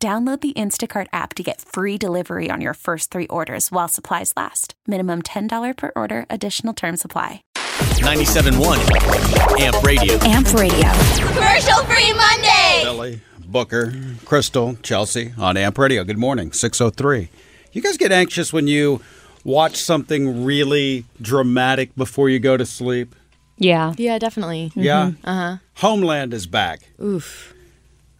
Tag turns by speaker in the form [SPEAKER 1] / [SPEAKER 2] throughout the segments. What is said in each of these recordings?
[SPEAKER 1] Download the Instacart app to get free delivery on your first three orders while supplies last. Minimum $10 per order, additional term supply.
[SPEAKER 2] 97.1 Amp Radio.
[SPEAKER 3] Amp Radio.
[SPEAKER 4] Commercial free Monday.
[SPEAKER 5] Ellie, Booker, Crystal, Chelsea on Amp Radio. Good morning, 603. You guys get anxious when you watch something really dramatic before you go to sleep?
[SPEAKER 6] Yeah.
[SPEAKER 7] Yeah, definitely. Mm-hmm.
[SPEAKER 5] Yeah. Uh-huh. Homeland is back. Oof.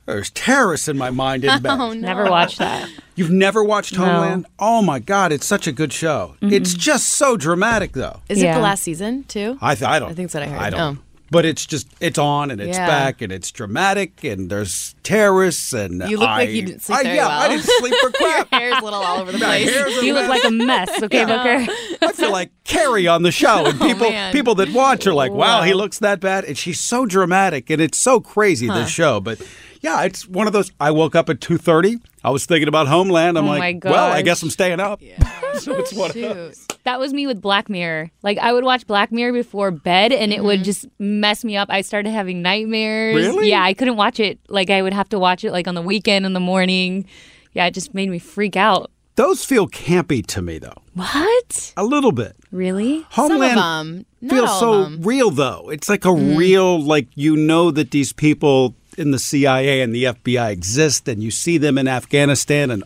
[SPEAKER 5] There's terrorists in my mind in bed.
[SPEAKER 7] Oh,
[SPEAKER 6] Never watched that.
[SPEAKER 5] You've never watched Homeland? Oh my God, it's such a good show. It's just so dramatic, though.
[SPEAKER 7] Is it
[SPEAKER 6] Yeah.
[SPEAKER 7] the last season too?
[SPEAKER 5] I, th- I don't.
[SPEAKER 7] I think that's what I heard.
[SPEAKER 5] I don't.
[SPEAKER 7] Oh.
[SPEAKER 5] But it's just it's on and it's
[SPEAKER 7] Yeah.
[SPEAKER 5] back and it's dramatic and there's terrorists and
[SPEAKER 7] You look
[SPEAKER 5] I,
[SPEAKER 7] like you didn't sleep
[SPEAKER 5] I,
[SPEAKER 7] very
[SPEAKER 5] yeah, I
[SPEAKER 7] well.
[SPEAKER 5] didn't sleep for crap.
[SPEAKER 7] Hair's a little all over the
[SPEAKER 5] My
[SPEAKER 7] place.
[SPEAKER 5] hair's a
[SPEAKER 6] You look
[SPEAKER 5] mess.
[SPEAKER 6] like a mess, okay, Booker?
[SPEAKER 5] I feel like Carrie on the show, and people
[SPEAKER 7] Oh, man.
[SPEAKER 5] people that watch are like, "Wow, he looks that bad," and she's so dramatic, and it's so crazy this show. But yeah, it's one of those. I woke up at two thirty. I was thinking about Homeland. I'm
[SPEAKER 6] Oh
[SPEAKER 5] like,
[SPEAKER 6] my
[SPEAKER 5] "Well, I
[SPEAKER 6] gosh.
[SPEAKER 5] guess I'm staying up." so it's one. Of those.
[SPEAKER 7] Shoot.
[SPEAKER 6] That was me with Black Mirror. Like I would watch Black Mirror before bed and it would just mess me up. I started having nightmares.
[SPEAKER 5] Mm-hmm. Really?
[SPEAKER 6] Yeah, I couldn't watch it. Like I would have to watch it like on the weekend in the morning. Yeah, it just made me freak out.
[SPEAKER 5] Those feel campy to me, though,
[SPEAKER 6] What?
[SPEAKER 5] a little bit.
[SPEAKER 6] Really?
[SPEAKER 7] Some of
[SPEAKER 5] Homeland
[SPEAKER 7] them. Not
[SPEAKER 5] feels
[SPEAKER 7] all
[SPEAKER 5] so
[SPEAKER 7] of Mm-hmm. them.
[SPEAKER 5] real, though. It's like a real, like you know that these people in the CIA and the FBI exist, and you see them in Afghanistan, and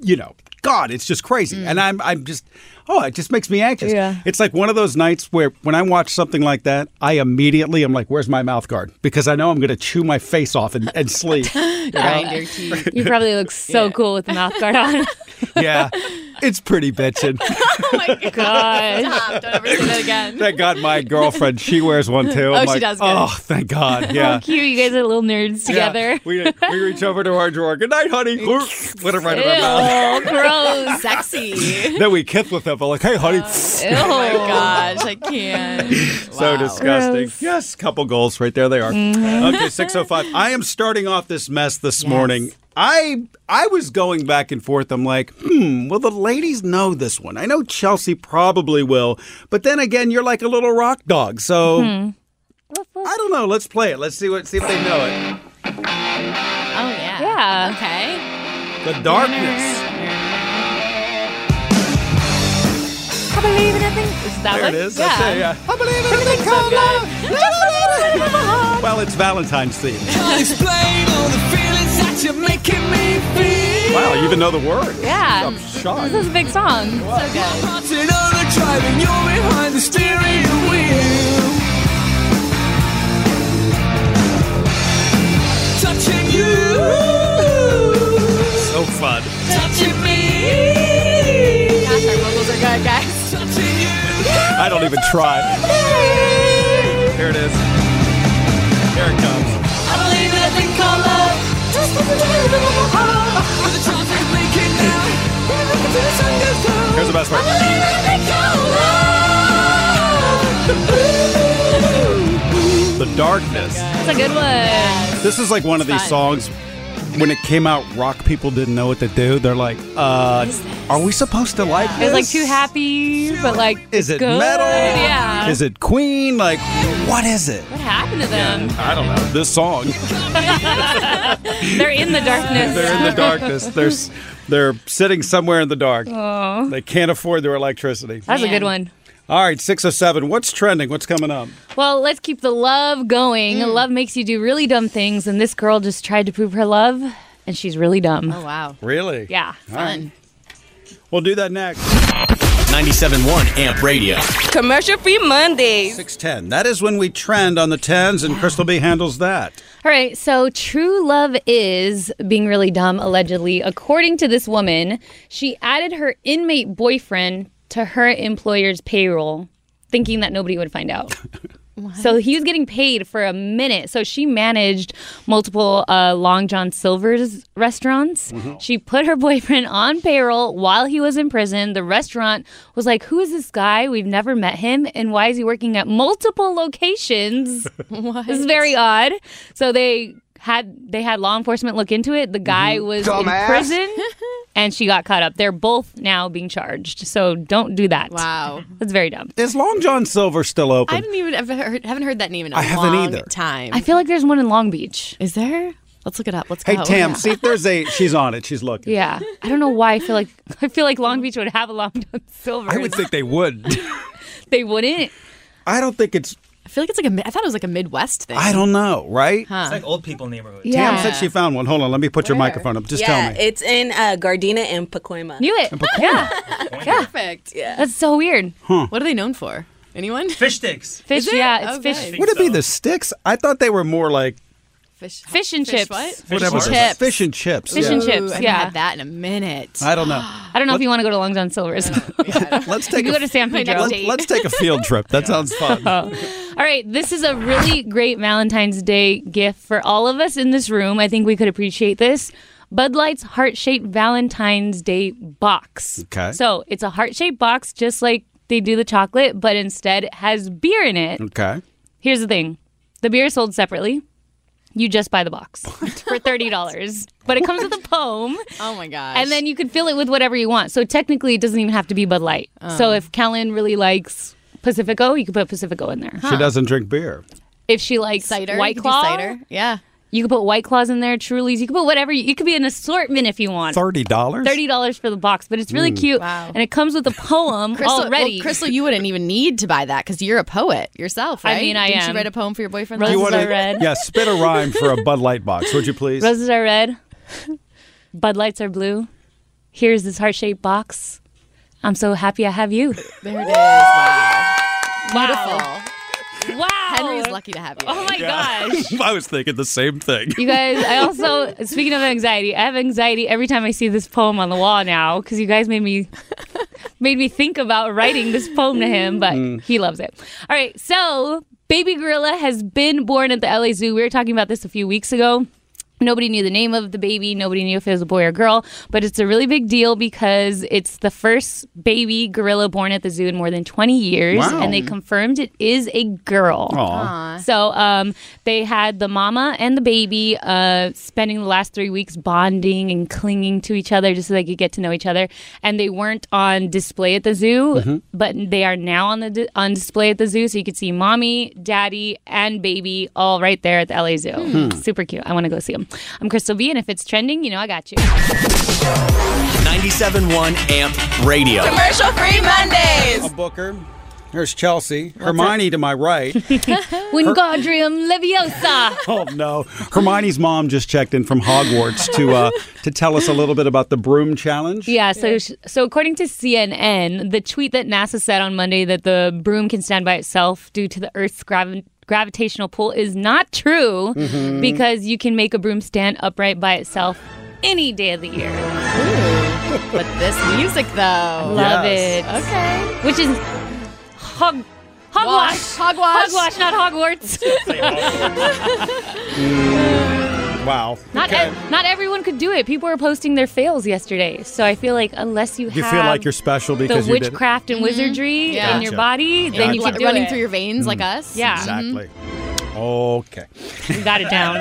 [SPEAKER 5] you know, God, it's just crazy.
[SPEAKER 7] Mm.
[SPEAKER 5] And I'm, I'm just, oh, it just makes me anxious.
[SPEAKER 6] Yeah.
[SPEAKER 5] It's like one of those nights where when I watch something like that, I immediately am like, "Where's my mouth guard?" Because I know I'm going to chew my face off and, and sleep.
[SPEAKER 7] Grind your teeth.
[SPEAKER 6] You probably look so cool with the mouth guard on.
[SPEAKER 5] yeah, it's pretty bitchin'.
[SPEAKER 6] Gosh.
[SPEAKER 7] Stop. Don't ever say that again.
[SPEAKER 5] Thank God, my girlfriend, she wears one too. I'm
[SPEAKER 7] she
[SPEAKER 5] like,
[SPEAKER 7] does good. Oh,
[SPEAKER 5] Oh, thank God. Yeah.
[SPEAKER 6] Cute, you guys are little nerds
[SPEAKER 5] Yeah,
[SPEAKER 6] together.
[SPEAKER 5] we, we reach over to our drawer. Good night, honey. Put it right in our mouth.
[SPEAKER 6] Oh, gross.
[SPEAKER 7] Sexy.
[SPEAKER 5] Then we kiss with them. Like, hey, honey.
[SPEAKER 7] Oh my gosh, I can't.
[SPEAKER 5] so disgusting.
[SPEAKER 6] Gross. Mm-hmm.
[SPEAKER 5] Yes, couple goals right there. They are. Okay, 605. I am starting off this mess this morning. I I was going back and forth. I'm like, hmm, will the ladies know this one? I know Chelsea probably will, but then again, you're like a little rock dog, so
[SPEAKER 6] Mm-hmm.
[SPEAKER 5] I don't know. Let's play it. Let's see what see if they know it.
[SPEAKER 7] Oh yeah.
[SPEAKER 6] Yeah.
[SPEAKER 7] Okay.
[SPEAKER 5] The darkness.
[SPEAKER 6] I believe in everything. Is that
[SPEAKER 5] There
[SPEAKER 6] what?
[SPEAKER 5] it is.
[SPEAKER 6] Yeah.
[SPEAKER 5] That's it. Yeah. I believe in everything cold love. Well, it's Valentine's theme.
[SPEAKER 2] Explain all the feelings that you're making me feel.
[SPEAKER 5] Wow, you even know the words.
[SPEAKER 6] Yeah.
[SPEAKER 5] I'm shocked.
[SPEAKER 6] This is a big song.
[SPEAKER 2] Heart's in overdrive and you're behind the steering wheel. Touching you,
[SPEAKER 5] So fun.
[SPEAKER 2] touching me,
[SPEAKER 7] Gosh, our vocals are good, guys.
[SPEAKER 2] touching you.
[SPEAKER 5] I don't even try. Here it is. Here it comes.
[SPEAKER 2] I believe in a thing called love. Just put the time in my heart. With the choice I'm making now. We're looking to the sun goes down.
[SPEAKER 5] Here's the best part.
[SPEAKER 2] I believe in a thing called love.
[SPEAKER 5] The darkness.
[SPEAKER 6] It's a good one.
[SPEAKER 5] This is like one of these songs. When it came out, rock people didn't know what to do. They're like, uh, are we supposed to like
[SPEAKER 6] It
[SPEAKER 5] this?
[SPEAKER 6] was like too happy, but like
[SPEAKER 5] Is it
[SPEAKER 6] good.
[SPEAKER 5] metal?
[SPEAKER 6] Yeah.
[SPEAKER 5] Is it Queen? Like, what is it?
[SPEAKER 6] what happened to them?
[SPEAKER 5] I don't know. This song.
[SPEAKER 6] They're in the darkness.
[SPEAKER 5] They're in the darkness. They're s- they're sitting somewhere in the dark. They can't afford their electricity.
[SPEAKER 6] That's a
[SPEAKER 7] Man.
[SPEAKER 6] good one.
[SPEAKER 5] All right, six oh seven. What's trending? What's coming up?
[SPEAKER 6] Well, let's keep the love going.
[SPEAKER 5] Mm.
[SPEAKER 6] Love makes you do really dumb things, and this girl just tried to prove her love, and she's really dumb.
[SPEAKER 7] Oh wow.
[SPEAKER 5] Really?
[SPEAKER 6] Yeah.
[SPEAKER 7] Fun.
[SPEAKER 5] We'll do that next.
[SPEAKER 2] 97.1 Amp Radio.
[SPEAKER 3] Commercial free Mondays.
[SPEAKER 5] Six ten. That is when we trend on the tens, and Crystal B handles that.
[SPEAKER 6] All right, so true love is being really dumb, allegedly. According to this woman, she added her inmate boyfriend to her employer's payroll, thinking that nobody would find out. So he was getting paid for a minute. So she managed multiple uh, Long John Silver's restaurants. She put her boyfriend on payroll while he was in prison. The restaurant was like, Who is this guy? We've never met him. And why is he working at multiple locations?
[SPEAKER 7] What?
[SPEAKER 6] This is very odd. So they had they had law enforcement look into it. The guy was in prison, and she got caught up. They're both now being charged. So don't do that.
[SPEAKER 7] Wow.
[SPEAKER 6] that's very dumb.
[SPEAKER 5] Is Long John Silver still
[SPEAKER 7] I
[SPEAKER 5] open?
[SPEAKER 7] didn't even I've heard, haven't heard that name in a
[SPEAKER 5] I haven't
[SPEAKER 7] long
[SPEAKER 5] either.
[SPEAKER 7] time.
[SPEAKER 6] I feel like there's one in Long Beach.
[SPEAKER 7] Is there? Let's look it up. Let's
[SPEAKER 5] Hey
[SPEAKER 7] go.
[SPEAKER 5] Tam, see if there's a. She's on it. She's looking.
[SPEAKER 6] Yeah, I don't know why. I feel like I feel like Long Beach would have a Long John Silver.
[SPEAKER 5] I would think they would.
[SPEAKER 6] they wouldn't.
[SPEAKER 5] I don't think it's.
[SPEAKER 7] I feel like it's like a. mi- I thought it was like a Midwest thing.
[SPEAKER 5] I don't know, right?
[SPEAKER 8] It's like old people neighborhood.
[SPEAKER 5] Tam said she found one. Hold on, let me put your microphone up. Just
[SPEAKER 9] yeah,
[SPEAKER 5] tell me.
[SPEAKER 9] it's in uh, Gardena and Pacoima.
[SPEAKER 6] knew it. Yeah,
[SPEAKER 7] Perfect.
[SPEAKER 6] that's so weird.
[SPEAKER 7] What are they known for? Anyone?
[SPEAKER 8] Fish sticks.
[SPEAKER 6] Fish.
[SPEAKER 7] it?
[SPEAKER 6] Yeah, it's
[SPEAKER 7] Okay.
[SPEAKER 6] fish.
[SPEAKER 5] would it be the sticks? I thought they were more like
[SPEAKER 7] Fish.
[SPEAKER 6] Fish and
[SPEAKER 7] fish
[SPEAKER 6] chips.
[SPEAKER 7] What?
[SPEAKER 5] whatever.
[SPEAKER 8] and
[SPEAKER 7] chips.
[SPEAKER 5] Fish and chips.
[SPEAKER 6] Fish
[SPEAKER 5] yeah.
[SPEAKER 6] and
[SPEAKER 7] Ooh,
[SPEAKER 6] chips,
[SPEAKER 7] I haven't
[SPEAKER 6] yeah.
[SPEAKER 7] had that in a minute.
[SPEAKER 5] I don't know.
[SPEAKER 6] I don't know if you want to go to Long John Silver's.
[SPEAKER 5] Let's
[SPEAKER 6] you
[SPEAKER 5] take
[SPEAKER 6] can
[SPEAKER 5] a
[SPEAKER 6] go to San Pedro.
[SPEAKER 5] Let's, let's take a field trip. That sounds fun.
[SPEAKER 6] All right, this is a really great Valentine's Day gift for all of us in this room. I think we could appreciate this. Bud Light's heart shaped Valentine's Day box.
[SPEAKER 5] Okay.
[SPEAKER 6] So it's a heart shaped box just like they do the chocolate, but instead it has beer in it.
[SPEAKER 5] Okay.
[SPEAKER 6] Here's the thing the beer is sold separately. You just buy the box for $30. But it comes with a poem.
[SPEAKER 7] Oh my gosh.
[SPEAKER 6] And then you can fill it with whatever you want. So technically, it doesn't even have to be Bud Light. So if Kellen really likes Pacifico, you can put Pacifico in there.
[SPEAKER 5] She doesn't drink beer.
[SPEAKER 6] If she likes
[SPEAKER 7] cider.
[SPEAKER 6] White
[SPEAKER 7] You could do
[SPEAKER 6] Claw,
[SPEAKER 7] Cider. Yeah.
[SPEAKER 6] you could put White Claws in there, Trulies. You could put whatever. You, it could be an assortment if you want.
[SPEAKER 5] Thirty dollars.
[SPEAKER 6] Thirty dollars for the box, but it's really cute,
[SPEAKER 7] Wow.
[SPEAKER 6] and it comes with a poem
[SPEAKER 7] Crystal, well,
[SPEAKER 6] already.
[SPEAKER 7] Crystal, you wouldn't even need to buy that because you're a poet yourself,
[SPEAKER 6] I
[SPEAKER 7] right?
[SPEAKER 6] mean, I
[SPEAKER 7] Didn't
[SPEAKER 6] am.
[SPEAKER 7] you write a poem for your boyfriend?
[SPEAKER 6] Roses
[SPEAKER 7] last
[SPEAKER 6] are
[SPEAKER 5] wanna-
[SPEAKER 6] red.
[SPEAKER 5] Yeah, spit a rhyme for a Bud Light box, would you please?
[SPEAKER 6] Roses are red. Bud Lights are blue. Here's this heart-shaped box. I'm so happy I have you.
[SPEAKER 7] There it is. Wow.
[SPEAKER 6] Wow! Wow!
[SPEAKER 7] Henry's lucky to have you.
[SPEAKER 6] Oh my gosh!
[SPEAKER 5] I was thinking the same thing.
[SPEAKER 6] You guys, I also, speaking of anxiety, I have anxiety every time I see this poem on the wall now because you guys made me made me think about writing this poem to him, but he loves it. All right, so Baby Gorilla has been born at the LA Zoo. We were talking about this a few weeks ago. Nobody knew the name of the baby. Nobody knew if it was a boy or girl, but it's a really big deal because it's the first baby gorilla born at the zoo in more than 20 years,
[SPEAKER 5] Wow.
[SPEAKER 6] and they confirmed it is a girl.
[SPEAKER 5] Aw.
[SPEAKER 6] So um, they had the mama and the baby uh, spending the last three weeks bonding and clinging to each other just so they could get to know each other. And they weren't on display at the zoo, but they are now on the di- on display at the zoo. So you could see mommy, daddy, and baby all right there at the LA Zoo. Super cute. I want to go see them. I'm Crystal B, and if it's trending, you know I got you.
[SPEAKER 10] 97.1 AMP Radio.
[SPEAKER 4] Commercial free Mondays.
[SPEAKER 5] A Booker. There's Chelsea. Hermione to my right.
[SPEAKER 6] Wingardium Leviosa.
[SPEAKER 5] oh no. Hermione's mom just checked in from Hogwarts to uh, to tell us a little bit about the broom challenge.
[SPEAKER 6] Yeah, so sh so according to CNN, the tweet that NASA said on Monday that the broom can stand by itself due to the Earth's gravi- gravitational pull is not true
[SPEAKER 5] Mm-hmm.
[SPEAKER 6] because you can make a broom stand upright by itself any day of the year.
[SPEAKER 7] Ooh. But this music, though.
[SPEAKER 6] Love
[SPEAKER 5] Yes.
[SPEAKER 6] it. Okay. Which is hog hogwash.
[SPEAKER 7] Wash. Hogwash.
[SPEAKER 6] Hogwash, not Hogwarts.
[SPEAKER 5] Wow.
[SPEAKER 6] not ev- not everyone could do it. People were posting their fails yesterday, so I feel like unless you,
[SPEAKER 5] You
[SPEAKER 6] have
[SPEAKER 5] feel like you're special
[SPEAKER 6] Um, the
[SPEAKER 5] because you did it.
[SPEAKER 6] witchcraft and wizardry
[SPEAKER 7] Yeah.
[SPEAKER 6] in your
[SPEAKER 5] Gotcha.
[SPEAKER 6] body, then you
[SPEAKER 5] Gotcha.
[SPEAKER 6] can
[SPEAKER 7] Like
[SPEAKER 6] do
[SPEAKER 7] running
[SPEAKER 6] it.
[SPEAKER 7] through your veins like
[SPEAKER 5] Mm.
[SPEAKER 7] us.
[SPEAKER 6] yeah.
[SPEAKER 5] Exactly. Okay.
[SPEAKER 6] You got it down.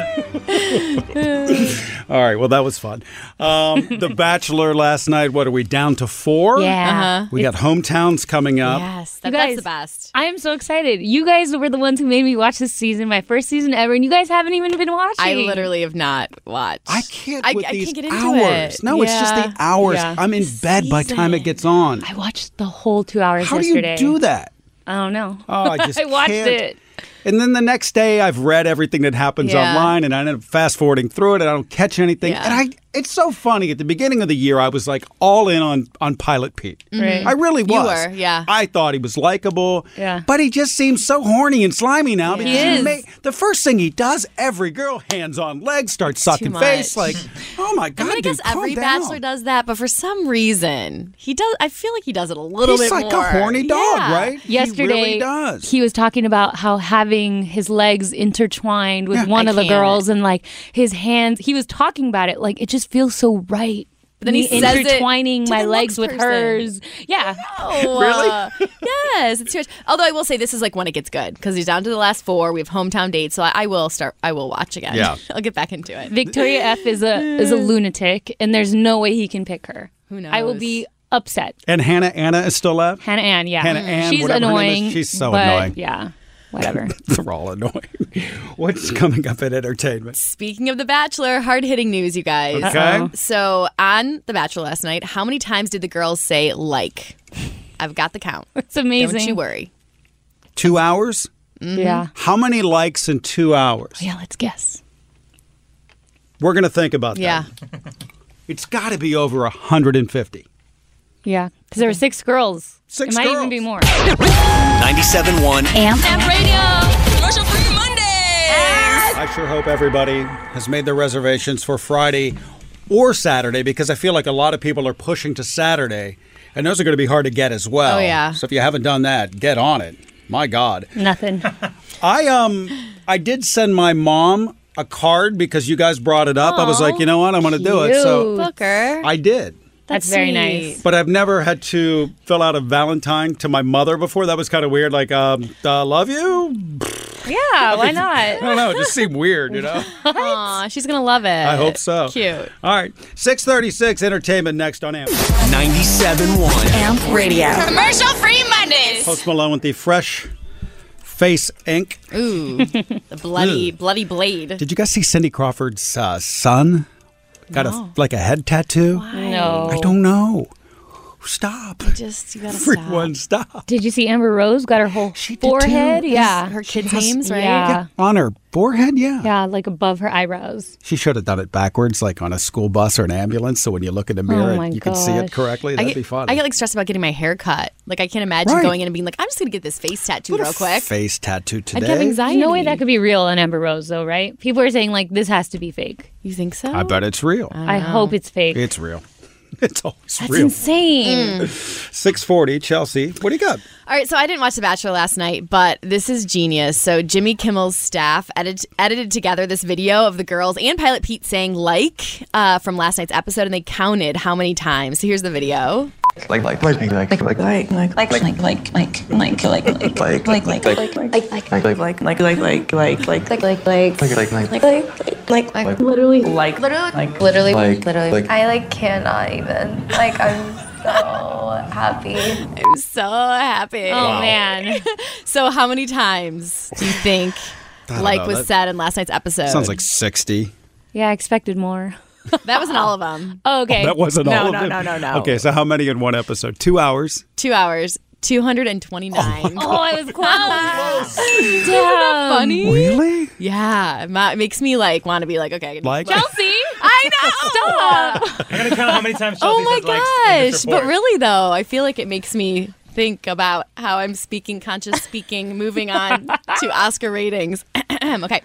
[SPEAKER 5] All right. Well, that was fun. Um, the Bachelor last night. What are we down to four?
[SPEAKER 6] Yeah.
[SPEAKER 7] uh-huh.
[SPEAKER 5] We got hometowns coming up.
[SPEAKER 7] Yes. That,
[SPEAKER 6] You
[SPEAKER 7] that's
[SPEAKER 6] guys-
[SPEAKER 7] the best.
[SPEAKER 6] I am so excited. You guys were the ones who made me watch this season, my first season ever, and you guys haven't even been watching.
[SPEAKER 7] I literally have not watched.
[SPEAKER 5] I can't
[SPEAKER 7] I,
[SPEAKER 5] with
[SPEAKER 7] I
[SPEAKER 5] these
[SPEAKER 7] can't get into
[SPEAKER 5] hours.
[SPEAKER 7] it.
[SPEAKER 5] No, it's just the
[SPEAKER 7] Yeah.
[SPEAKER 5] hours.
[SPEAKER 6] Yeah.
[SPEAKER 5] I'm in bed by the time it gets on.
[SPEAKER 6] I watched the whole two hours
[SPEAKER 5] How
[SPEAKER 6] yesterday.
[SPEAKER 5] do you do that?
[SPEAKER 6] I don't know.
[SPEAKER 5] Oh, I just
[SPEAKER 6] I watched
[SPEAKER 5] can't.
[SPEAKER 6] it.
[SPEAKER 5] And then the next day, I've read everything that happens
[SPEAKER 7] Yeah.
[SPEAKER 5] online, and I end up fast forwarding through it, and I don't catch anything.
[SPEAKER 7] Yeah.
[SPEAKER 5] And I, it's so funny. At the beginning of the year, I was like all in on on Pilot Pete.
[SPEAKER 6] Right.
[SPEAKER 5] I really was.
[SPEAKER 7] Mm-hmm. were, yeah.
[SPEAKER 5] I thought he was likable.
[SPEAKER 6] Yeah.
[SPEAKER 5] But he just seems so horny and slimy now because
[SPEAKER 6] is.
[SPEAKER 5] ma- the first thing he does, every girl hands on legs, starts sucking
[SPEAKER 7] much.
[SPEAKER 5] face. Like, oh my god!
[SPEAKER 7] I mean, I
[SPEAKER 5] dude,
[SPEAKER 7] guess
[SPEAKER 5] calm
[SPEAKER 7] every
[SPEAKER 5] down.
[SPEAKER 7] bachelor does that, but for some reason, he does. I feel like he does it a little
[SPEAKER 5] He's
[SPEAKER 7] bit
[SPEAKER 5] like
[SPEAKER 7] more.
[SPEAKER 5] a horny dog,
[SPEAKER 7] Yeah.
[SPEAKER 5] right?
[SPEAKER 6] Yesterday,
[SPEAKER 5] he really does.
[SPEAKER 6] he was talking about how having his legs intertwined with one
[SPEAKER 7] I
[SPEAKER 6] of the
[SPEAKER 7] can't.
[SPEAKER 6] girls and like his hands. He was talking about it like it just feels so right. But
[SPEAKER 7] then he says it
[SPEAKER 6] intertwining
[SPEAKER 7] to
[SPEAKER 6] my
[SPEAKER 7] the
[SPEAKER 6] legs
[SPEAKER 7] next
[SPEAKER 6] with
[SPEAKER 7] person.
[SPEAKER 6] hers. Yeah,
[SPEAKER 7] Oh, really? yes, it's serious. Although I will say this is like when it gets good because he's down to the last four. We have hometown dates, so I, I will start. I will watch again.
[SPEAKER 5] Yeah.
[SPEAKER 7] I'll get back into it.
[SPEAKER 6] Victoria F is a is a lunatic, and there's no way he can pick her. Who
[SPEAKER 7] knows?
[SPEAKER 6] I will be upset.
[SPEAKER 5] and Hannah Anna is still left.
[SPEAKER 6] Hannah Ann, yeah,
[SPEAKER 5] Hannah Ann,
[SPEAKER 6] she's
[SPEAKER 5] whatever her name is,
[SPEAKER 6] annoying.
[SPEAKER 5] she's so
[SPEAKER 6] but,
[SPEAKER 5] annoying.
[SPEAKER 6] Yeah, whatever.
[SPEAKER 5] They're all annoying. What's coming up in entertainment?
[SPEAKER 7] Speaking of The Bachelor, hard hitting news, you guys.
[SPEAKER 5] Okay.
[SPEAKER 7] So on The Bachelor last night, how many times did the girls say like? I've got the count.
[SPEAKER 6] It's amazing.
[SPEAKER 7] Don't you worry.
[SPEAKER 5] Two hours?
[SPEAKER 6] Yeah,
[SPEAKER 5] How many likes in two hours?
[SPEAKER 6] yeah. Let's guess.
[SPEAKER 5] We're going to think about that.
[SPEAKER 7] Yeah.
[SPEAKER 5] It's got to be over 150.
[SPEAKER 6] Yeah, because there were six girls.
[SPEAKER 5] Six
[SPEAKER 6] It might
[SPEAKER 5] girls.
[SPEAKER 6] even be more.
[SPEAKER 10] 97.1
[SPEAKER 4] Uh, Commercial free Mondays.
[SPEAKER 5] I sure hope everybody has made their reservations for Friday or Saturday because I feel like a lot of people are pushing to Saturday and those are going to be hard to get as well.
[SPEAKER 7] Oh, yeah.
[SPEAKER 5] So if you haven't done that, get on it. My God.
[SPEAKER 6] Nothing.
[SPEAKER 5] I um I did send my mom a card because you guys brought it up. I was like, you know what, I'm going to do it. So
[SPEAKER 7] Booker.
[SPEAKER 5] I did.
[SPEAKER 6] That's very
[SPEAKER 7] sweet.
[SPEAKER 6] nice.
[SPEAKER 5] But I've never had to fill out a Valentine to my mother before. That was kind of weird. Like, um, uh, love you?
[SPEAKER 6] Yeah, why not?
[SPEAKER 5] I don't know. It just seemed weird, you know?
[SPEAKER 7] Aw, she's gonna love it.
[SPEAKER 5] I hope so.
[SPEAKER 7] Cute.
[SPEAKER 5] All right. 636 Entertainment next on AMP.
[SPEAKER 10] 97.1
[SPEAKER 4] Commercial free Mondays.
[SPEAKER 5] Post Malone with the Fresh Face Inc.
[SPEAKER 7] Ooh, the bloody, bloody blade.
[SPEAKER 5] Did you guys see Cindy Crawford's uh, son? Got a like a head tattoo?
[SPEAKER 6] No.
[SPEAKER 5] I don't know. Stop.
[SPEAKER 7] Just you gotta
[SPEAKER 5] Everyone stop.
[SPEAKER 6] Did you see Amber Rose got her whole forehead? Yeah.
[SPEAKER 7] Her kids' names, right?
[SPEAKER 6] Yeah.
[SPEAKER 5] On her forehead, yeah.
[SPEAKER 6] Yeah, like above her eyebrows.
[SPEAKER 5] She should have done it backwards, like on a school bus or an ambulance. So when you look in the mirror,
[SPEAKER 6] my
[SPEAKER 5] you can see it
[SPEAKER 6] gosh.
[SPEAKER 5] correctly.
[SPEAKER 7] Oh I
[SPEAKER 5] That'd
[SPEAKER 7] get,
[SPEAKER 5] be fun.
[SPEAKER 7] I get like stressed about getting my hair cut. Like I can't imagine
[SPEAKER 5] Right.
[SPEAKER 7] going in and being like, I'm just gonna get this face tattoo real quick.
[SPEAKER 5] face tattoo today.
[SPEAKER 7] I'd have anxiety.
[SPEAKER 6] No way that could be real on Amber Rose, though, right? People are saying, like, this has to be fake.
[SPEAKER 7] You think so?
[SPEAKER 5] I bet it's real.
[SPEAKER 7] Uh,
[SPEAKER 6] I hope it's fake.
[SPEAKER 5] It's real. It's always
[SPEAKER 6] That's
[SPEAKER 5] real.
[SPEAKER 6] insane.
[SPEAKER 5] 640, Chelsea. What do you got?
[SPEAKER 7] All right, so I didn't watch The Bachelor last night, but this is genius. So Jimmy Kimmel's staff edit- edited together this video of the girls and Pilot Pete saying "like" uh, from last night's episode, and they counted how many times. So here's the video.
[SPEAKER 8] like like like like like like like like like like like like like like like like like like like like like like like like like like
[SPEAKER 11] like
[SPEAKER 8] like like
[SPEAKER 11] like
[SPEAKER 8] like like like
[SPEAKER 11] like like like like literally like literally like literally
[SPEAKER 8] Like,
[SPEAKER 11] literally
[SPEAKER 8] like-
[SPEAKER 11] I like cannot even like I'm so happy.
[SPEAKER 7] I'm so happy.
[SPEAKER 6] Oh, man.
[SPEAKER 7] So how many times do you think "like"
[SPEAKER 5] know,
[SPEAKER 7] was
[SPEAKER 5] that-
[SPEAKER 7] said in last night's episode?
[SPEAKER 5] Sounds like 60.
[SPEAKER 6] Yeah, I expected more.
[SPEAKER 7] that wasn't all of them.
[SPEAKER 6] Oh, okay.
[SPEAKER 5] That wasn't
[SPEAKER 7] No,
[SPEAKER 5] all
[SPEAKER 7] no,
[SPEAKER 5] of it.
[SPEAKER 7] no, no, no.
[SPEAKER 5] Okay, so how many in one episode? Two hours.
[SPEAKER 7] Two hours, two hundred and twenty-nine.
[SPEAKER 6] oh, I was close. Damn. funny?
[SPEAKER 5] Really?
[SPEAKER 7] Yeah, it ma- it makes me like want to be like, okay,
[SPEAKER 5] Like,
[SPEAKER 6] Chelsea?
[SPEAKER 7] I know.
[SPEAKER 6] Stop.
[SPEAKER 12] I gotta count how many times Chelsea
[SPEAKER 7] oh my
[SPEAKER 12] said likes in
[SPEAKER 7] gosh
[SPEAKER 12] this
[SPEAKER 7] but
[SPEAKER 12] report.
[SPEAKER 7] really though i feel like it makes me think about how i'm speaking conscious speaking moving on to oscar ratings okay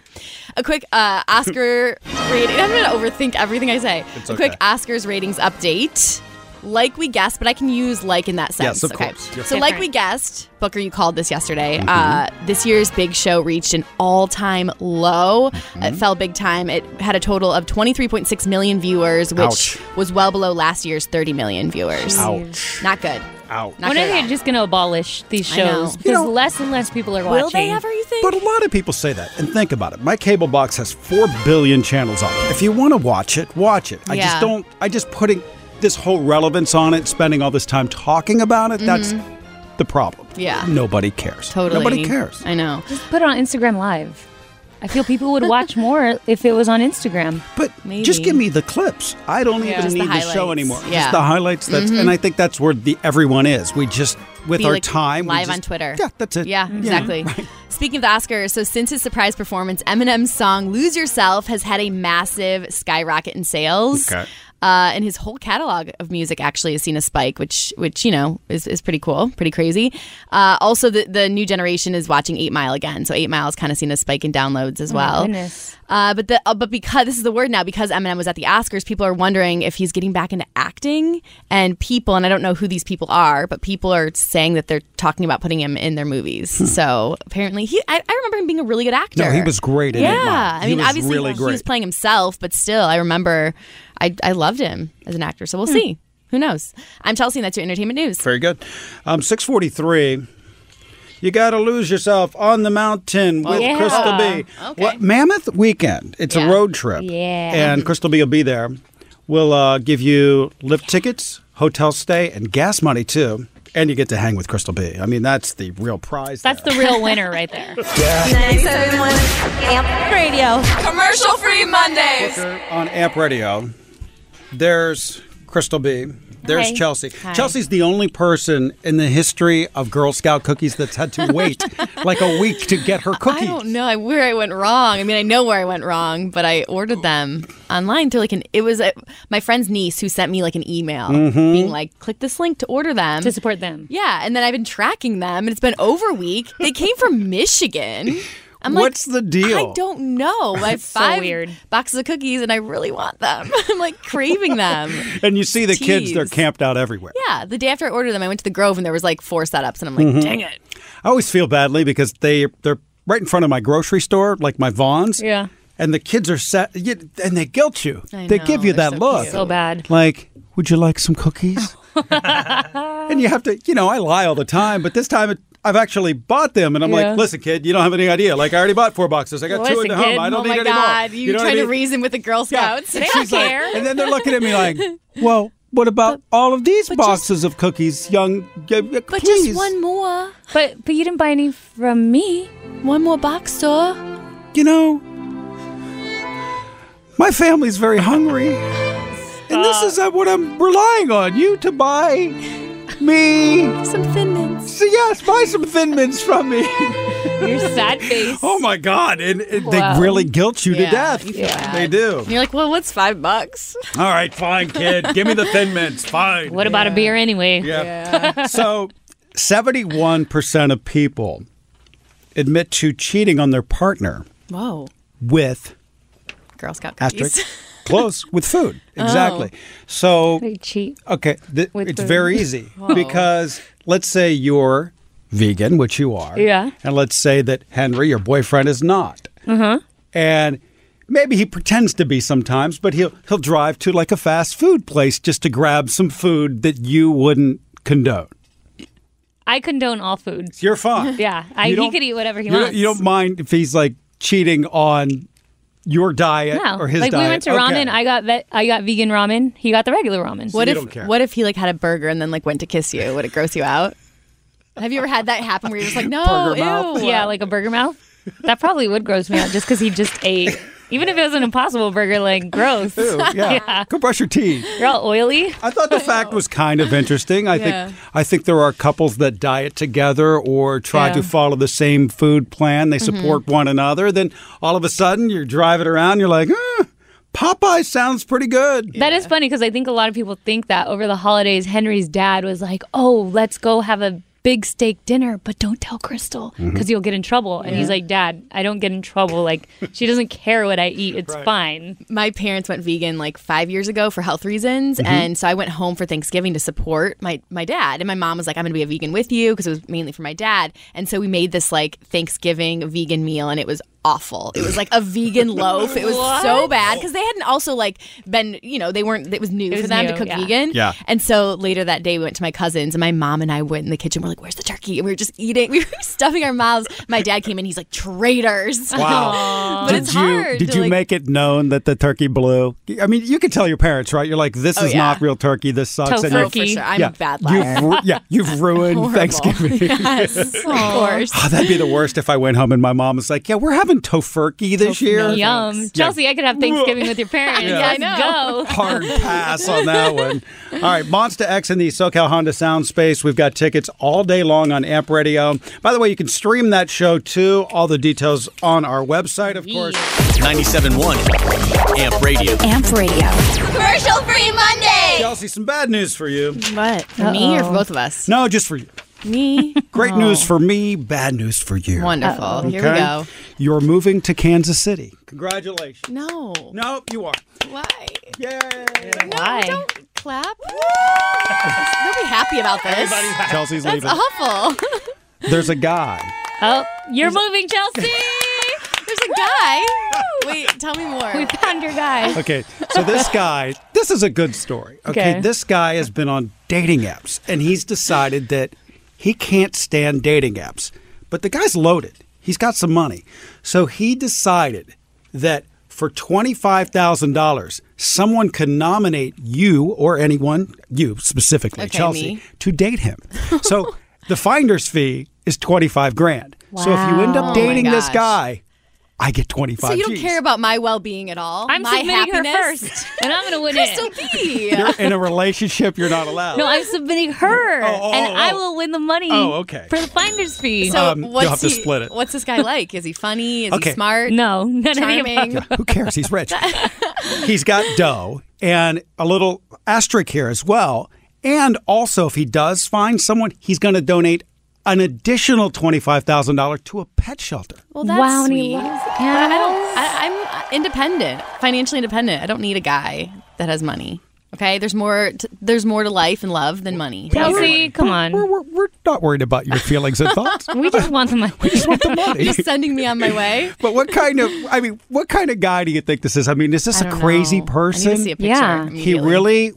[SPEAKER 7] a quick uh, oscar rating i'm gonna overthink everything i say
[SPEAKER 5] It's
[SPEAKER 7] a quick
[SPEAKER 5] okay.
[SPEAKER 7] oscars ratings update like we guessed, but I can use like in that sense.
[SPEAKER 5] Yes, of
[SPEAKER 7] okay.
[SPEAKER 5] course. Yep.
[SPEAKER 7] So, like we guessed, Booker, you called this yesterday. Uh,
[SPEAKER 5] Mm-hmm.
[SPEAKER 7] this year's Big Show reached an all-time low.
[SPEAKER 5] Mm-hmm.
[SPEAKER 7] It fell big time. It had a total of 23.6 million viewers, which
[SPEAKER 5] Ouch.
[SPEAKER 7] was well below last year's 30 million viewers.
[SPEAKER 5] ouch.
[SPEAKER 7] Not good.
[SPEAKER 5] Ouch.
[SPEAKER 7] Not
[SPEAKER 6] When are
[SPEAKER 7] good.
[SPEAKER 6] they just going to abolish these
[SPEAKER 7] I know.
[SPEAKER 6] shows?
[SPEAKER 5] You
[SPEAKER 6] Because
[SPEAKER 5] know-
[SPEAKER 6] less and less people are watching.
[SPEAKER 7] Will they ever, you think?
[SPEAKER 5] But a lot of people say that, and think about it. My cable box has four billion channels on it. If you want to watch it, watch it. I just
[SPEAKER 7] Yeah.
[SPEAKER 5] don't. I just putting this whole relevance on it, spending all this time talking about it. That's the problem.
[SPEAKER 7] Mm-hmm. Yeah.
[SPEAKER 5] nobody cares.
[SPEAKER 7] totally.
[SPEAKER 5] nobody cares.
[SPEAKER 7] I know.
[SPEAKER 6] Put it on Instagram Live. I feel people would watch more if it was on Instagram.
[SPEAKER 5] But Just give me the clips. I don't
[SPEAKER 6] Yeah.
[SPEAKER 5] even
[SPEAKER 6] Just the
[SPEAKER 5] need the, show
[SPEAKER 6] highlights.
[SPEAKER 5] anymore.
[SPEAKER 6] Yeah.
[SPEAKER 5] Just the highlights. That's
[SPEAKER 6] Mhm.
[SPEAKER 5] and I think that's where the everyone is. We just with
[SPEAKER 7] Mm-hmm. Be,
[SPEAKER 5] our
[SPEAKER 7] like,
[SPEAKER 5] time we
[SPEAKER 7] live on
[SPEAKER 5] just-
[SPEAKER 7] Twitter.
[SPEAKER 5] Yeah, that's it. Mm-hmm.
[SPEAKER 7] Yeah, exactly. Speaking of the Oscars, so since his surprise performance, Eminem's song "Lose Yourself" has had a massive skyrocket in sales.
[SPEAKER 2] Okay.
[SPEAKER 7] Uh, and his whole catalog of music actually has seen a spike, which, which you know, is, is pretty cool, pretty crazy. Uh, also, the, the new generation is watching Eight Mile again, so Eight Mile's kind of seen a spike in downloads as
[SPEAKER 6] Oh my
[SPEAKER 7] well.
[SPEAKER 6] goodness.
[SPEAKER 7] Uh, but the uh, but because this is the word now, because Eminem was at the Oscars, people are wondering if he's getting back into acting. And people, and I don't know who these people are, but people are saying that they're talking about putting him in their movies. So apparently, he I, I remember him being a really good actor.
[SPEAKER 5] Hmm. No, he was great in Eight
[SPEAKER 7] yeah,
[SPEAKER 5] Mile.
[SPEAKER 7] I
[SPEAKER 5] He
[SPEAKER 7] mean,
[SPEAKER 5] was
[SPEAKER 7] obviously
[SPEAKER 5] really
[SPEAKER 7] he was
[SPEAKER 5] great.
[SPEAKER 7] playing himself, but still, I remember I I loved him as an actor. So
[SPEAKER 5] Hmm.
[SPEAKER 7] we'll see. Who knows? I'm Chelsea, and that's your entertainment news.
[SPEAKER 5] Very good. Um, six forty three. You got to lose yourself on the mountain with
[SPEAKER 2] Oh, Yeah.
[SPEAKER 5] Crystal B.
[SPEAKER 2] Okay.
[SPEAKER 5] What- Mammoth Weekend. It's a road trip.
[SPEAKER 2] Yeah.
[SPEAKER 5] And Crystal B will be there. We'll uh, give you lift tickets, hotel stay, and gas money too. And you get to hang with Crystal B. I mean, that's the real prize.
[SPEAKER 6] That's the real winner right there.
[SPEAKER 4] 971 Amp Radio. Commercial free Mondays.
[SPEAKER 5] on Amp Radio, there's Crystal B. There's
[SPEAKER 4] Hi.
[SPEAKER 5] Chelsea.
[SPEAKER 4] Hi.
[SPEAKER 5] Chelsea's the only person in the history of Girl Scout cookies that's had to wait like a week to get her
[SPEAKER 7] I
[SPEAKER 5] cookie.
[SPEAKER 7] don't know I- where I went wrong. I mean, I know where I went wrong, but I
[SPEAKER 5] Oh.
[SPEAKER 7] ordered them online through like an. It was uh my friend's niece who sent me like an email
[SPEAKER 6] Mhm.
[SPEAKER 5] Mm-hmm.
[SPEAKER 7] being like, "Click this link to order them
[SPEAKER 6] To support them."
[SPEAKER 7] Yeah, and then I've been tracking them, and it's been over a week. They came from Michigan. I'm
[SPEAKER 5] What's
[SPEAKER 7] like,
[SPEAKER 5] the deal?
[SPEAKER 7] I don't know. I have
[SPEAKER 6] That's so
[SPEAKER 7] five
[SPEAKER 6] weird.
[SPEAKER 7] boxes of cookies, and I really want them. I'm like craving them.
[SPEAKER 5] And you see the kids,
[SPEAKER 7] Jeez.
[SPEAKER 5] they're camped out everywhere.
[SPEAKER 7] Yeah, the day after I ordered them, I went to the Grove, and there was like four setups, and I'm like,
[SPEAKER 5] Mhm.
[SPEAKER 7] "Dang it!"
[SPEAKER 5] I always feel badly because they they're right in front of my grocery store, like my Vons.
[SPEAKER 7] Yeah.
[SPEAKER 5] And the kids are set, you- and they guilt you.
[SPEAKER 6] I
[SPEAKER 5] they
[SPEAKER 6] know,
[SPEAKER 5] give you
[SPEAKER 6] they're
[SPEAKER 5] that
[SPEAKER 6] so
[SPEAKER 5] look,
[SPEAKER 6] cute. So bad.
[SPEAKER 5] Like, would you like some cookies? and you have to, you know, I lie all the time, but this time it, I've actually bought them, and I'm
[SPEAKER 7] Yeah.
[SPEAKER 5] like, listen, kid, you don't have any idea. Like, I already bought four boxes. I got two
[SPEAKER 7] Listen,
[SPEAKER 5] at home.
[SPEAKER 7] kid,
[SPEAKER 5] I don't
[SPEAKER 7] oh
[SPEAKER 5] need
[SPEAKER 7] my
[SPEAKER 5] any more.
[SPEAKER 7] God, You,
[SPEAKER 5] know what
[SPEAKER 7] trying
[SPEAKER 5] I
[SPEAKER 7] to
[SPEAKER 5] mean?
[SPEAKER 7] reason with the Girl Scouts?
[SPEAKER 5] They don't She's like- care. and then they're looking at me like, well, what about all of these boxes of cookies, young? But
[SPEAKER 7] one more.
[SPEAKER 6] But but you didn't buy any from me.
[SPEAKER 7] One more box, sir.
[SPEAKER 5] You know, my family's very hungry. And this is uh, what I'm relying on you to buy me
[SPEAKER 7] some Thin Mints.
[SPEAKER 5] So yes, buy some Thin Mints from me.
[SPEAKER 6] Your sad face.
[SPEAKER 5] Oh my God! And, and
[SPEAKER 7] Wow.
[SPEAKER 5] they really guilt you
[SPEAKER 7] Yeah,
[SPEAKER 5] to death.
[SPEAKER 7] you feel bad.
[SPEAKER 5] They do.
[SPEAKER 7] And you're like, well, what's five bucks?
[SPEAKER 5] All right, fine, kid. Give me the Thin Mints. Fine.
[SPEAKER 6] What about a beer anyway?
[SPEAKER 5] Yeah. so, seventy-one percent of people admit to cheating on their partner
[SPEAKER 7] Whoa.
[SPEAKER 5] with
[SPEAKER 7] Girl Scout
[SPEAKER 5] asterisk
[SPEAKER 7] cookies.
[SPEAKER 5] close with food.
[SPEAKER 7] Oh.
[SPEAKER 5] Exactly. So
[SPEAKER 6] They cheat.
[SPEAKER 5] Okay, th-
[SPEAKER 6] With
[SPEAKER 5] it's
[SPEAKER 6] food.
[SPEAKER 5] very easy
[SPEAKER 6] Wow.
[SPEAKER 5] because let's say you're vegan, which you are.
[SPEAKER 6] Yeah.
[SPEAKER 5] And let's say that Henry, your boyfriend, is not.
[SPEAKER 6] Uh huh.
[SPEAKER 5] and maybe he pretends to be sometimes, but he'll he'll drive to like a fast food place just to grab some food that you wouldn't condone.
[SPEAKER 6] I condone all food.
[SPEAKER 5] You're fine.
[SPEAKER 6] Yeah, I,
[SPEAKER 5] You
[SPEAKER 6] he
[SPEAKER 5] don't-
[SPEAKER 6] could eat whatever he
[SPEAKER 5] you,
[SPEAKER 6] wants.
[SPEAKER 5] don't, you don't mind if he's like cheating on your diet
[SPEAKER 6] no,
[SPEAKER 5] or his
[SPEAKER 6] like
[SPEAKER 5] diet.
[SPEAKER 6] we went to ramen. I got ve- I got vegan ramen. He got the regular ramen.
[SPEAKER 7] What if what if he like had a burger and then like went to kiss you? Would it gross you out? Have you ever had that happen where you're just like, no, ew.
[SPEAKER 6] Yeah, like a burger mouth. That probably would gross me out just because he just ate. Even if it was an impossible burger, like gross.
[SPEAKER 5] Ew, yeah. Go brush your teeth.
[SPEAKER 6] You're all oily.
[SPEAKER 5] I thought the fact was kind of interesting. I
[SPEAKER 6] Yeah.
[SPEAKER 5] think I think there are couples that diet together or try
[SPEAKER 6] Yeah.
[SPEAKER 5] to follow the same food plan.
[SPEAKER 7] Mm-hmm.
[SPEAKER 5] They support one another. Then all of a sudden, you're driving around. You're like, "Eh, Popeye sounds pretty good.
[SPEAKER 6] That is funny because I think a lot of people think that over the holidays, Henry's dad was like, "Oh, let's go have a big steak dinner, but don't tell Crystal because
[SPEAKER 5] Mm-hmm.
[SPEAKER 12] Mhm.
[SPEAKER 6] you'll get in trouble." And he's
[SPEAKER 12] Yeah.
[SPEAKER 6] like, "Dad, I don't get in trouble. Like she doesn't care what I eat. It's
[SPEAKER 7] Right.
[SPEAKER 6] fine."
[SPEAKER 7] My parents went vegan like five years ago for health reasons,
[SPEAKER 6] Mhm.
[SPEAKER 7] and so I went home for Thanksgiving to support my my dad. And my mom was like, "I'm going to be a vegan with you," because it was mainly for my dad. And so we made this like Thanksgiving vegan meal, and it was awful. It was like a vegan loaf. It was so
[SPEAKER 6] What?
[SPEAKER 7] bad because they hadn't also like been you know they weren't it was new for
[SPEAKER 6] was
[SPEAKER 7] them
[SPEAKER 6] new,
[SPEAKER 7] to cook
[SPEAKER 6] yeah.
[SPEAKER 7] vegan.
[SPEAKER 6] Yeah.
[SPEAKER 7] And so later that day we went to my cousins, and my mom and I went in the kitchen. We're like, "Where's the turkey?" And we were just eating. We were stuffing our mouths. My dad came in. He's like, "Traitors!"
[SPEAKER 5] Wow.
[SPEAKER 7] but
[SPEAKER 5] did
[SPEAKER 7] it's
[SPEAKER 5] you
[SPEAKER 7] hard.
[SPEAKER 5] did
[SPEAKER 7] to,
[SPEAKER 5] you
[SPEAKER 7] like,
[SPEAKER 5] make it known that the turkey blew? I mean, you can tell your parents, right? You're like, this
[SPEAKER 7] Oh,
[SPEAKER 5] is
[SPEAKER 7] yeah.
[SPEAKER 5] not real turkey. This sucks.
[SPEAKER 7] Tofu.
[SPEAKER 5] you're-
[SPEAKER 7] Oh, for sure. I'm a bad liar.
[SPEAKER 5] You've, ru- yeah, you've ruined
[SPEAKER 7] Horrible.
[SPEAKER 5] Thanksgiving.
[SPEAKER 7] Yes, of course.
[SPEAKER 5] Oh, that'd be the worst if I went home and my mom was like, "Yeah, we're having having tofurkey this year?
[SPEAKER 6] Yum. Chelsea, I could have Thanksgiving with your parents.
[SPEAKER 5] Yeah.
[SPEAKER 6] Let's
[SPEAKER 5] Yeah, I
[SPEAKER 6] go.
[SPEAKER 5] Hard pass on that one. All right, Monster X in the SoCal Honda Sound Space. We've got tickets all day long on Amp Radio. By the way, you can stream that show too. All the details on our website, of course.
[SPEAKER 10] 97.1 Amp Radio.
[SPEAKER 5] Amp Radio.
[SPEAKER 4] Commercial free Monday.
[SPEAKER 5] Kelsey, some bad news for you.
[SPEAKER 7] What? For me or for both of us?
[SPEAKER 5] No, just for you.
[SPEAKER 7] Me.
[SPEAKER 5] Great
[SPEAKER 7] Oh.
[SPEAKER 5] news for me, bad news for you.
[SPEAKER 7] Wonderful. Here we go.
[SPEAKER 5] You're moving to Kansas City. Congratulations.
[SPEAKER 7] No.
[SPEAKER 5] No, you are.
[SPEAKER 7] Why?
[SPEAKER 5] Yay.
[SPEAKER 7] No,
[SPEAKER 5] Why?
[SPEAKER 7] don't clap. They'll be happy about this.
[SPEAKER 5] Everybody's happy. Chelsea's
[SPEAKER 7] That's
[SPEAKER 5] leaving.
[SPEAKER 7] awful.
[SPEAKER 5] There's a guy.
[SPEAKER 6] Oh, you're moving, Chelsea.
[SPEAKER 7] There's a guy. Wait, tell me more. We
[SPEAKER 6] found your guy.
[SPEAKER 5] Okay, so this guy, this is a good story. Okay?
[SPEAKER 7] Okay.
[SPEAKER 5] this guy has been on dating apps and he's decided that he can't stand dating apps. But the guy's loaded, he's got some money. So he decided that for $25,000, someone can nominate you or anyone, you specifically,
[SPEAKER 2] Okay,
[SPEAKER 5] Chelsea,
[SPEAKER 2] me.
[SPEAKER 5] to date him. So the finder's fee is 25 grand. So if you end
[SPEAKER 7] Wow. Oh my
[SPEAKER 5] up dating this
[SPEAKER 7] gosh.
[SPEAKER 5] guy, I get 25
[SPEAKER 7] So you don't
[SPEAKER 5] Gs.
[SPEAKER 7] care about my well-being at all.
[SPEAKER 6] I'm
[SPEAKER 7] my
[SPEAKER 6] submitting her
[SPEAKER 7] happiness?
[SPEAKER 6] first, and I'm gonna win
[SPEAKER 7] Crystal
[SPEAKER 6] it.
[SPEAKER 7] B.
[SPEAKER 5] You're in a relationship you're not allowed.
[SPEAKER 6] No, I'm submitting her,
[SPEAKER 5] Oh, oh,
[SPEAKER 6] and
[SPEAKER 5] oh,
[SPEAKER 6] I
[SPEAKER 5] oh.
[SPEAKER 6] will win the money.
[SPEAKER 5] Oh, okay.
[SPEAKER 6] For the finder's fee.
[SPEAKER 5] So Um, you'll what's have to he- split it.
[SPEAKER 7] What's this guy like? Is he funny? Is
[SPEAKER 5] Okay.
[SPEAKER 7] he smart?
[SPEAKER 6] No, none
[SPEAKER 7] Charming?
[SPEAKER 5] Yeah, who cares? He's rich. He's got dough and a little asterisk here as well. And also, if he does find someone, he's going to donate an additional $25,000 to a pet shelter.
[SPEAKER 7] Well, that's
[SPEAKER 6] Wow, and he
[SPEAKER 7] sweet.
[SPEAKER 6] loves
[SPEAKER 7] But I don't. I, I'm independent, financially independent. I don't need a guy that has money. Okay, there's more. To, there's more to life and love than money.
[SPEAKER 6] Chelsea, come on.
[SPEAKER 5] We're, we're, we're not worried about your feelings and thoughts.
[SPEAKER 6] We just want the money.
[SPEAKER 5] We just want the money.
[SPEAKER 7] Just sending me on my way.
[SPEAKER 5] But what kind of I mean, what kind of guy do you think this is? I mean, is this
[SPEAKER 7] I
[SPEAKER 5] a
[SPEAKER 7] don't
[SPEAKER 5] crazy
[SPEAKER 7] know. I need to
[SPEAKER 5] person?
[SPEAKER 7] see a picture Yeah.
[SPEAKER 5] He
[SPEAKER 7] immediately.
[SPEAKER 5] really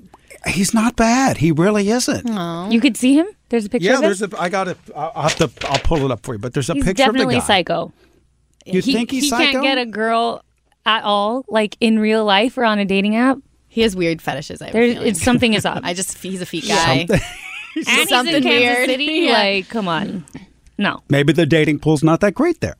[SPEAKER 5] he's not bad. He really isn't.
[SPEAKER 6] You could see him. There's a picture.
[SPEAKER 5] yeah,
[SPEAKER 6] of him?
[SPEAKER 5] there's a I got a I'll have to I'll pull it up for you, but there's a
[SPEAKER 6] he's
[SPEAKER 5] picture of the
[SPEAKER 6] definitely
[SPEAKER 5] guy.
[SPEAKER 6] psycho.
[SPEAKER 5] You
[SPEAKER 6] he,
[SPEAKER 5] think he's
[SPEAKER 6] he
[SPEAKER 5] psycho?
[SPEAKER 6] can't get a girl at all, like in real life or on a dating app.
[SPEAKER 7] He has weird fetishes. I have a
[SPEAKER 6] There's
[SPEAKER 7] feeling.
[SPEAKER 6] it's, something is up.
[SPEAKER 7] I just he's a feet guy.
[SPEAKER 5] Something-
[SPEAKER 6] and he's
[SPEAKER 7] Something
[SPEAKER 6] in Kansas
[SPEAKER 7] weird.
[SPEAKER 6] City.
[SPEAKER 7] Yeah.
[SPEAKER 6] Like, come on. No,
[SPEAKER 5] Maybe the dating pool's not that great there.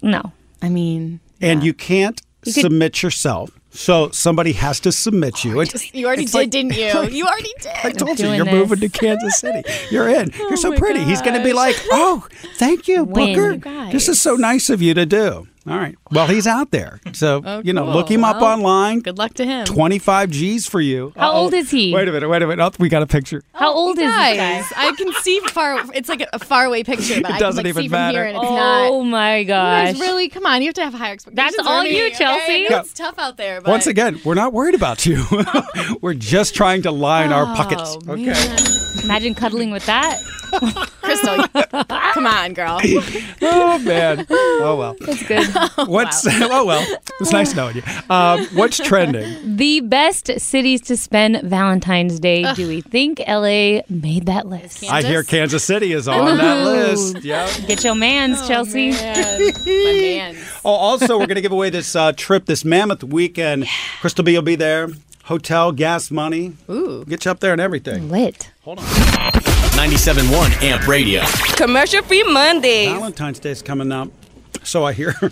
[SPEAKER 6] no.
[SPEAKER 7] I mean,
[SPEAKER 5] And you can't
[SPEAKER 7] You could- Oh,
[SPEAKER 5] submit yourself. So somebody has to submit you. It's-
[SPEAKER 7] you already
[SPEAKER 5] it's
[SPEAKER 7] did,
[SPEAKER 5] like-
[SPEAKER 7] didn't you? You already did.
[SPEAKER 5] I told you, you're moving to Kansas City. You're in. You're so
[SPEAKER 7] Oh my
[SPEAKER 5] pretty. He's going to be
[SPEAKER 7] gosh.
[SPEAKER 5] like, oh, thank you,
[SPEAKER 7] When?
[SPEAKER 5] Booker.
[SPEAKER 7] You guys.
[SPEAKER 5] This is so nice of you to do. All right. Well, he's out there. So,
[SPEAKER 7] Oh,
[SPEAKER 5] you know,
[SPEAKER 7] cool.
[SPEAKER 5] look him up
[SPEAKER 7] Well,
[SPEAKER 5] online.
[SPEAKER 7] Good luck to him.
[SPEAKER 5] 25 G's for you.
[SPEAKER 6] How
[SPEAKER 5] Uh-oh.
[SPEAKER 6] old is he?
[SPEAKER 5] Wait a minute. Wait a minute. Oh, we got a picture.
[SPEAKER 6] How old is this guy?
[SPEAKER 7] Oh, Guys, I can see far. It's like a faraway picture, but
[SPEAKER 5] It
[SPEAKER 7] I
[SPEAKER 5] doesn't
[SPEAKER 7] can
[SPEAKER 5] even
[SPEAKER 7] like, see
[SPEAKER 5] matter.
[SPEAKER 7] from here, and it's not.
[SPEAKER 6] Oh my
[SPEAKER 7] You
[SPEAKER 6] gosh.
[SPEAKER 7] guys, really? Come on, you have to have higher expectations.
[SPEAKER 6] That's all
[SPEAKER 7] for me,
[SPEAKER 6] you,
[SPEAKER 7] okay?
[SPEAKER 6] Chelsea.
[SPEAKER 7] I know
[SPEAKER 5] Yeah.
[SPEAKER 7] it's tough out there, but
[SPEAKER 5] Once again, we're not worried about you. we're just trying to line our pockets.
[SPEAKER 7] Oh,
[SPEAKER 5] Okay.
[SPEAKER 7] man.
[SPEAKER 6] Imagine cuddling with that.
[SPEAKER 7] Crystal, come on, girl.
[SPEAKER 5] Oh, man. Oh, well.
[SPEAKER 6] That's good.
[SPEAKER 5] What's oh well, it's nice knowing you. Um, what's trending?
[SPEAKER 6] The best cities to spend Valentine's Day. Do we think LA made that list?
[SPEAKER 5] I hear Kansas City is on that list. Yeah.
[SPEAKER 6] Get your mans, Chelsea.
[SPEAKER 5] Oh, also we're gonna give away this uh, trip this mammoth weekend. Crystal B will be there. Hotel, gas money.
[SPEAKER 7] Ooh.
[SPEAKER 5] Get you up there and everything.
[SPEAKER 6] Lit.
[SPEAKER 10] 97.1 Amp Radio.
[SPEAKER 3] Commercial free Mondays.
[SPEAKER 5] Valentine's Day's coming up, so I hear.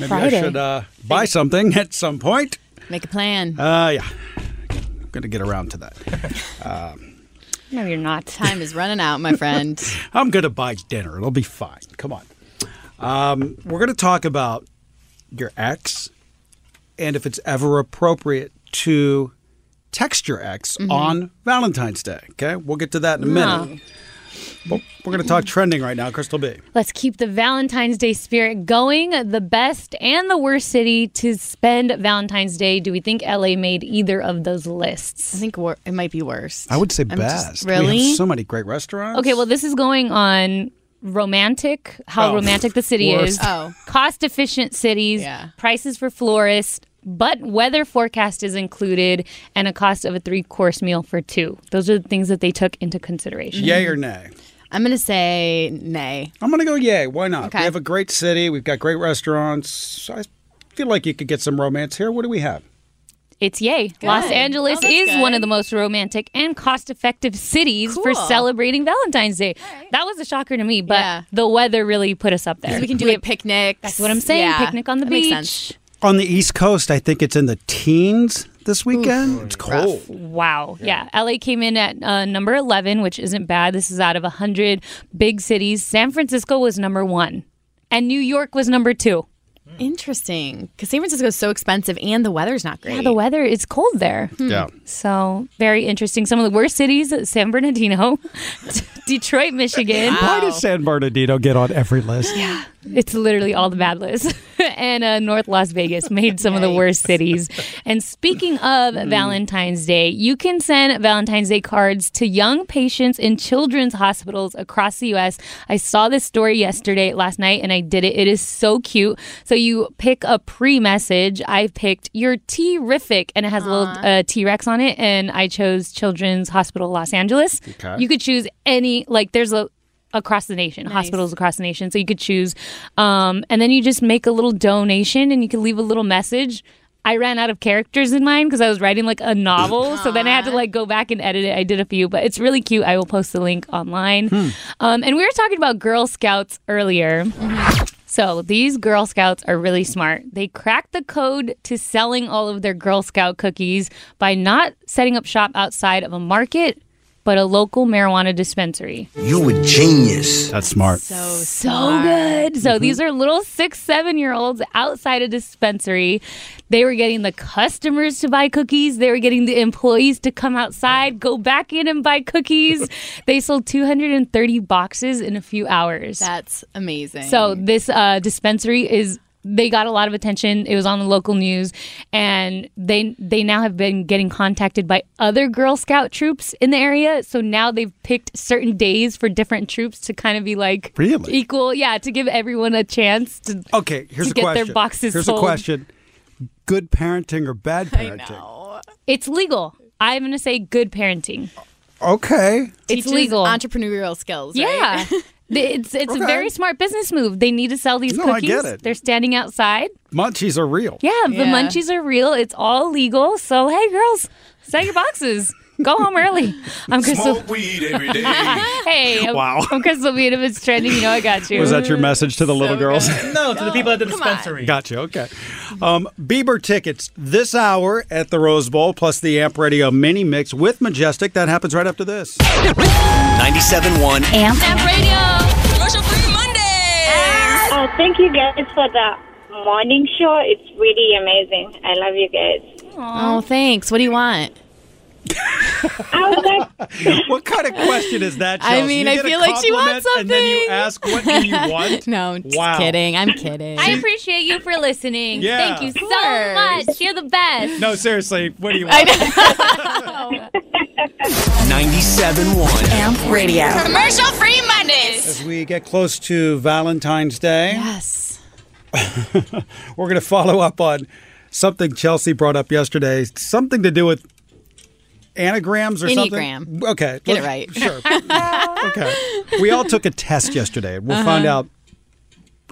[SPEAKER 5] Maybe
[SPEAKER 6] Friday.
[SPEAKER 5] I should uh, buy something at some point.
[SPEAKER 7] Make a plan.
[SPEAKER 5] Uh, yeah. I'm gonna get around to that. Um,
[SPEAKER 6] No, you're not.
[SPEAKER 7] Time is running out, my friend.
[SPEAKER 5] I'm going to buy dinner. It'll be fine. Come on. Um, we're going to talk about your ex and if it's ever appropriate to text your ex
[SPEAKER 7] Mm-hmm.
[SPEAKER 2] Mhm.
[SPEAKER 5] on Valentine's Day. Okay. We'll get to that in a minute. But we're going to talk trending right now, Crystal B.
[SPEAKER 6] Let's keep the Valentine's Day spirit going. The best and the worst city to spend Valentine's Day. Do we think LA made either of those lists?
[SPEAKER 7] I think wor- it might be worse.
[SPEAKER 5] I would say
[SPEAKER 7] I'm just-
[SPEAKER 5] best. We
[SPEAKER 7] really?
[SPEAKER 5] have so many great restaurants.
[SPEAKER 6] Okay, well, this is going on romantic, how
[SPEAKER 5] Oh.
[SPEAKER 6] romantic the city is.
[SPEAKER 5] Worst. Oh.
[SPEAKER 6] Cost efficient cities, prices for florists, but weather forecast is included, and a cost of a three course meal for two. Those are the things that they took into consideration.
[SPEAKER 5] Yay or nay?
[SPEAKER 7] I'm gonna say nay.
[SPEAKER 5] I'm going to go yay. Why not?
[SPEAKER 7] Okay.
[SPEAKER 5] We have a great city. We've got great restaurants. I feel like you could get some romance here. What do we have?
[SPEAKER 6] it's yay. Los
[SPEAKER 12] Good.
[SPEAKER 6] Angeles
[SPEAKER 12] Oh, that's
[SPEAKER 6] is one
[SPEAKER 12] good.
[SPEAKER 6] of the most romantic and cost effective cities for
[SPEAKER 12] Cool.
[SPEAKER 6] celebrating Valentine's Day. That was a shocker to me, but the weather really put us up there.
[SPEAKER 7] We can do like picnics.
[SPEAKER 6] That's what I'm saying.
[SPEAKER 7] Yeah.
[SPEAKER 6] Picnic on the
[SPEAKER 7] That
[SPEAKER 6] beach.
[SPEAKER 7] makes sense.
[SPEAKER 5] On the East Coast, I think it's in the teens this weekend. it's cold.
[SPEAKER 6] Wow. Yeah. LA came in at uh, number 11, which isn't bad. This is out of 100 big cities. San Francisco was number one, and New York was number two.
[SPEAKER 7] Interesting. Because San Francisco is so expensive and the weather's not great.
[SPEAKER 6] Yeah, the weather is cold there.
[SPEAKER 5] Yeah.
[SPEAKER 6] So, very interesting. Some of the worst cities San Bernardino, Detroit, Michigan.
[SPEAKER 5] Why does San Bernardino get on every list?
[SPEAKER 6] Yeah. It's literally all the bad lists. and uh, North Las Vegas made some of the worst cities. And speaking of Valentine's Day, you can send Valentine's Day cards to young patients in children's hospitals across the U.S. I saw this story yesterday, last night, and I did it. It is so cute. So you pick a pre message. I picked your terrific, and it has a little uh, T Rex on it. And I chose Children's Hospital Los Angeles.
[SPEAKER 12] Okay.
[SPEAKER 6] You could choose any, like, there's a across the nation, hospitals across the nation. So you could choose. Um, and then you just make a little donation and you can leave a little message. I ran out of characters in mine because I was writing like a novel. so then I had to like go back and edit it. I did a few, but it's really cute. I will post the link online. Um, and we were talking about Girl Scouts earlier. So these Girl Scouts are really smart. They cracked the code to selling all of their Girl Scout cookies by not setting up shop outside of a market, but a local marijuana dispensary.
[SPEAKER 10] You a genius.
[SPEAKER 5] That's smart.
[SPEAKER 6] So good. So these are little six, seven year olds outside a dispensary. They were getting the customers to buy cookies. They were getting the employees to come outside, go back in and buy cookies. they sold 230 boxes in a few hours.
[SPEAKER 7] That's amazing.
[SPEAKER 6] So this uh, dispensary is they got a lot of attention. It was on the local news, and they they now have been getting contacted by other Girl Scout troops in the area. So now they've picked certain days for different troops to kind of be like
[SPEAKER 5] Really?
[SPEAKER 6] equal, yeah, to give everyone a chance to
[SPEAKER 5] Okay, here's
[SPEAKER 6] to
[SPEAKER 5] a
[SPEAKER 6] get
[SPEAKER 5] question.
[SPEAKER 6] their boxes.
[SPEAKER 5] here's
[SPEAKER 6] sold.
[SPEAKER 5] a question. Good parenting or bad parenting?
[SPEAKER 6] It's legal. I'm gonna say good parenting.
[SPEAKER 5] Okay.
[SPEAKER 6] It's legal.
[SPEAKER 7] Entrepreneurial skills.
[SPEAKER 6] Yeah. It's it's
[SPEAKER 7] Okay.
[SPEAKER 6] a very smart business move. They need to sell these
[SPEAKER 5] No, I
[SPEAKER 6] cookies.
[SPEAKER 5] get it.
[SPEAKER 6] They're standing outside.
[SPEAKER 5] Munchies are real.
[SPEAKER 6] Yeah, the munchies are real. It's all legal. So hey, girls, sell your boxes. Go home early. I'm Crystal.
[SPEAKER 2] Smoke weed every day.
[SPEAKER 6] hey, I'm,
[SPEAKER 5] Wow.
[SPEAKER 6] I'm Crystal Beat. If it's trending, you know I got you.
[SPEAKER 5] Was that your message to the little girls?
[SPEAKER 13] No, to the people at the dispensary.
[SPEAKER 5] Gotcha. Okay. Um, Bieber tickets this hour at the Rose Bowl, plus the Amp Radio mini mix with Majestic. That happens right after this.
[SPEAKER 10] 97.1
[SPEAKER 2] radio. Commercial free Mondays.
[SPEAKER 14] Oh, thank you guys for the morning show. It's really amazing. I love you guys.
[SPEAKER 7] Oh, thanks. What do you want?
[SPEAKER 5] what kind of question is that?
[SPEAKER 7] I
[SPEAKER 5] Chelsea?
[SPEAKER 7] mean,
[SPEAKER 5] You
[SPEAKER 7] I
[SPEAKER 5] get a
[SPEAKER 7] feel like she wants
[SPEAKER 5] compliment, And then you
[SPEAKER 7] something.
[SPEAKER 5] ask, "What do you want?"
[SPEAKER 7] no, I'm just
[SPEAKER 5] Wow.
[SPEAKER 7] kidding. I'm kidding.
[SPEAKER 6] I appreciate you for listening.
[SPEAKER 5] Yeah.
[SPEAKER 6] Thank you so much. You're the best.
[SPEAKER 5] No, seriously, what do you want?
[SPEAKER 10] 97.1 Amp Radio.
[SPEAKER 4] Commercial free Mondays.
[SPEAKER 5] As we get close to Valentine's Day,
[SPEAKER 7] yes,
[SPEAKER 5] we're going to follow up on something Chelsea brought up yesterday. Something to do with anagrams or something.
[SPEAKER 7] Enneagram.
[SPEAKER 5] Okay,
[SPEAKER 7] Get it
[SPEAKER 5] let's-
[SPEAKER 7] right.
[SPEAKER 5] Sure. okay. We all took a test yesterday. We'll find
[SPEAKER 7] Uh-huh.
[SPEAKER 5] out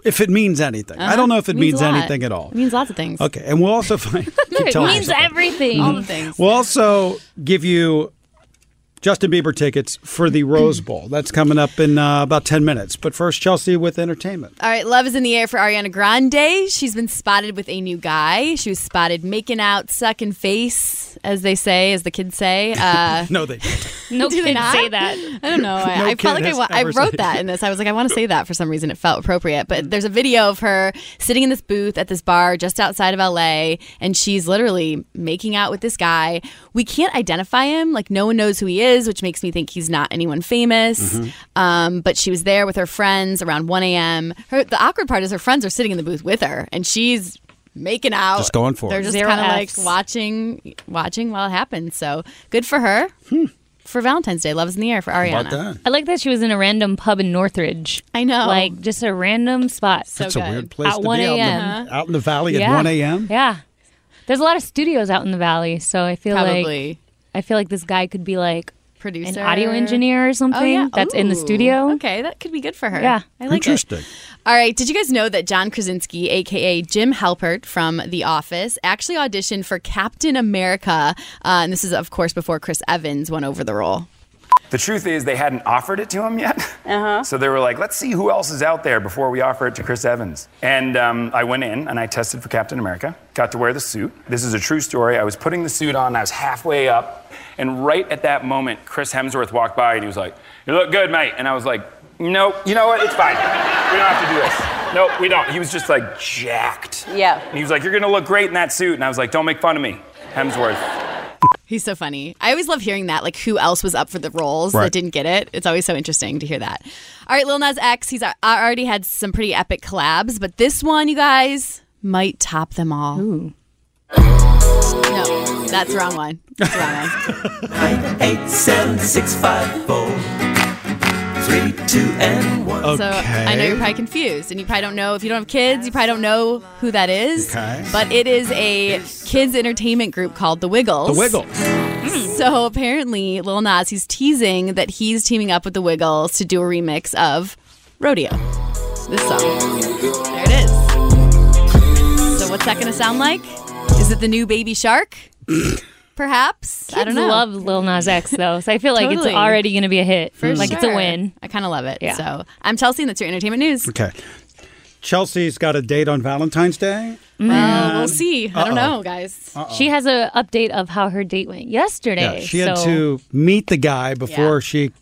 [SPEAKER 5] if it means anything. I
[SPEAKER 7] Uh-huh.
[SPEAKER 5] don't know if it means,
[SPEAKER 7] a lot.
[SPEAKER 5] anything at all.
[SPEAKER 7] It means lots of things.
[SPEAKER 5] Okay, and we'll also find. keep
[SPEAKER 6] It
[SPEAKER 5] telling me
[SPEAKER 6] means
[SPEAKER 5] something.
[SPEAKER 6] everything.
[SPEAKER 5] Mm-hmm.
[SPEAKER 7] All the things.
[SPEAKER 5] We'll also give you Justin Bieber tickets for the Rose Bowl. That's coming up in uh, about 10 minutes. But first, Chelsea with entertainment.
[SPEAKER 7] All right, love is in the air for Ariana Grande. She's been spotted with a new guy. She was spotted making out, sucking face, as they say, as the kids say. Uh,
[SPEAKER 5] no, they didn't.
[SPEAKER 6] No
[SPEAKER 7] Do they
[SPEAKER 6] kids
[SPEAKER 7] not?
[SPEAKER 6] say that.
[SPEAKER 7] I don't know. I,
[SPEAKER 6] No
[SPEAKER 7] I felt
[SPEAKER 6] kid
[SPEAKER 7] like I,
[SPEAKER 6] has
[SPEAKER 7] wa- I
[SPEAKER 6] ever
[SPEAKER 7] wrote
[SPEAKER 6] said
[SPEAKER 7] that in this. I was like, I want to say that for some reason. It felt appropriate. But there's a video of her sitting in this booth at this bar just outside of LA, and she's literally making out with this guy. We can't identify him. Like, no one knows who he is, which makes me think he's not anyone famous.
[SPEAKER 5] Mm-hmm.
[SPEAKER 12] Mhm.
[SPEAKER 7] Um, but she was there with her friends around 1 a.m. Her, the awkward part is her friends are sitting in the booth with her, and she's making out.
[SPEAKER 5] Just going for it.
[SPEAKER 7] They're just
[SPEAKER 5] Zero
[SPEAKER 7] kind of like
[SPEAKER 5] Fs.
[SPEAKER 7] watching, watching while it happens. So good for her. For Valentine's Day, love's in the air for Ariana.
[SPEAKER 6] I like that she was in a random pub in Northridge. I
[SPEAKER 7] know.
[SPEAKER 6] like just a random spot.
[SPEAKER 5] That's a weird place
[SPEAKER 6] At
[SPEAKER 5] to
[SPEAKER 6] 1
[SPEAKER 5] be out in,
[SPEAKER 6] a.m..
[SPEAKER 5] the, out in the valley at
[SPEAKER 6] Yeah.
[SPEAKER 5] 1 a.m.
[SPEAKER 6] Yeah. There's a lot of studios out in the valley, so I feel like
[SPEAKER 7] Probably.
[SPEAKER 6] I feel like this guy could be like,
[SPEAKER 7] producer,
[SPEAKER 6] an audio engineer or something
[SPEAKER 7] Oh, yeah.
[SPEAKER 6] that's in the
[SPEAKER 7] Ooh.
[SPEAKER 6] studio.
[SPEAKER 7] Okay, that could be good for her.
[SPEAKER 6] Yeah.
[SPEAKER 7] I like it.
[SPEAKER 5] Interesting.
[SPEAKER 7] All right. Did you guys know that John Krasinski, aka Jim Halpert from The Office, actually auditioned for Captain America? Uh, and this is, of course, before Chris Evans went over the role.
[SPEAKER 12] The truth is, they hadn't offered it to him yet.
[SPEAKER 7] Uh-huh.
[SPEAKER 12] So they were like, let's see who else is out there before we offer it to Chris Evans. And um, I went in and I tested for Captain America, got to wear the suit. This is a true story. I was putting the suit on, I was halfway up, and right at that moment, Chris Hemsworth walked by and he was like, You look good, mate. And I was like, Nope, you know what? It's fine. We don't have to do this. Nope, we don't. He was just like jacked.
[SPEAKER 9] Yeah.
[SPEAKER 12] And he was like, You're gonna look great in that suit. And I was like, Don't make fun of me, Hemsworth.
[SPEAKER 7] He's so funny. I always love hearing that, like who else was up for the roles
[SPEAKER 12] Right.
[SPEAKER 7] that didn't get it. It's always so interesting to hear that. All right, Lil Nas X, he's a- already had some pretty epic collabs, but this one, you guys, might top them all. No, that's the wrong one. That's the wrong one.
[SPEAKER 10] Eight, seven, six, five, four, three, two, and one.
[SPEAKER 7] So I know you're probably confused, and you probably don't know if you don't have kids, you probably don't know who that is.
[SPEAKER 10] Okay.
[SPEAKER 7] But it is a kids entertainment group called The Wiggles.
[SPEAKER 5] The wiggle.
[SPEAKER 7] So apparently, Lil Nas, he's teasing that he's teaming up with the Wiggles to do a remix of Rodeo. This song. There it is. So, what's that going to sound like? Is it the new Baby Shark? Perhaps. I don't
[SPEAKER 6] Kids
[SPEAKER 7] know.
[SPEAKER 6] love Lil Nas X though, so I feel like
[SPEAKER 7] Totally.
[SPEAKER 6] it's already going to be a hit.
[SPEAKER 7] For
[SPEAKER 6] like it's a
[SPEAKER 7] sure.
[SPEAKER 6] win.
[SPEAKER 7] I kind of love it. So, I'm Chelsea, and that's your entertainment news.
[SPEAKER 5] Okay. Chelsea's got a date on Valentine's Day.
[SPEAKER 7] Well, we'll see. I don't
[SPEAKER 5] Uh-oh.
[SPEAKER 7] know, guys.
[SPEAKER 6] She has an update of how her date went
[SPEAKER 5] Yeah,
[SPEAKER 6] yesterday.
[SPEAKER 5] she had
[SPEAKER 6] so-
[SPEAKER 5] to meet the guy before
[SPEAKER 6] Yeah.
[SPEAKER 5] she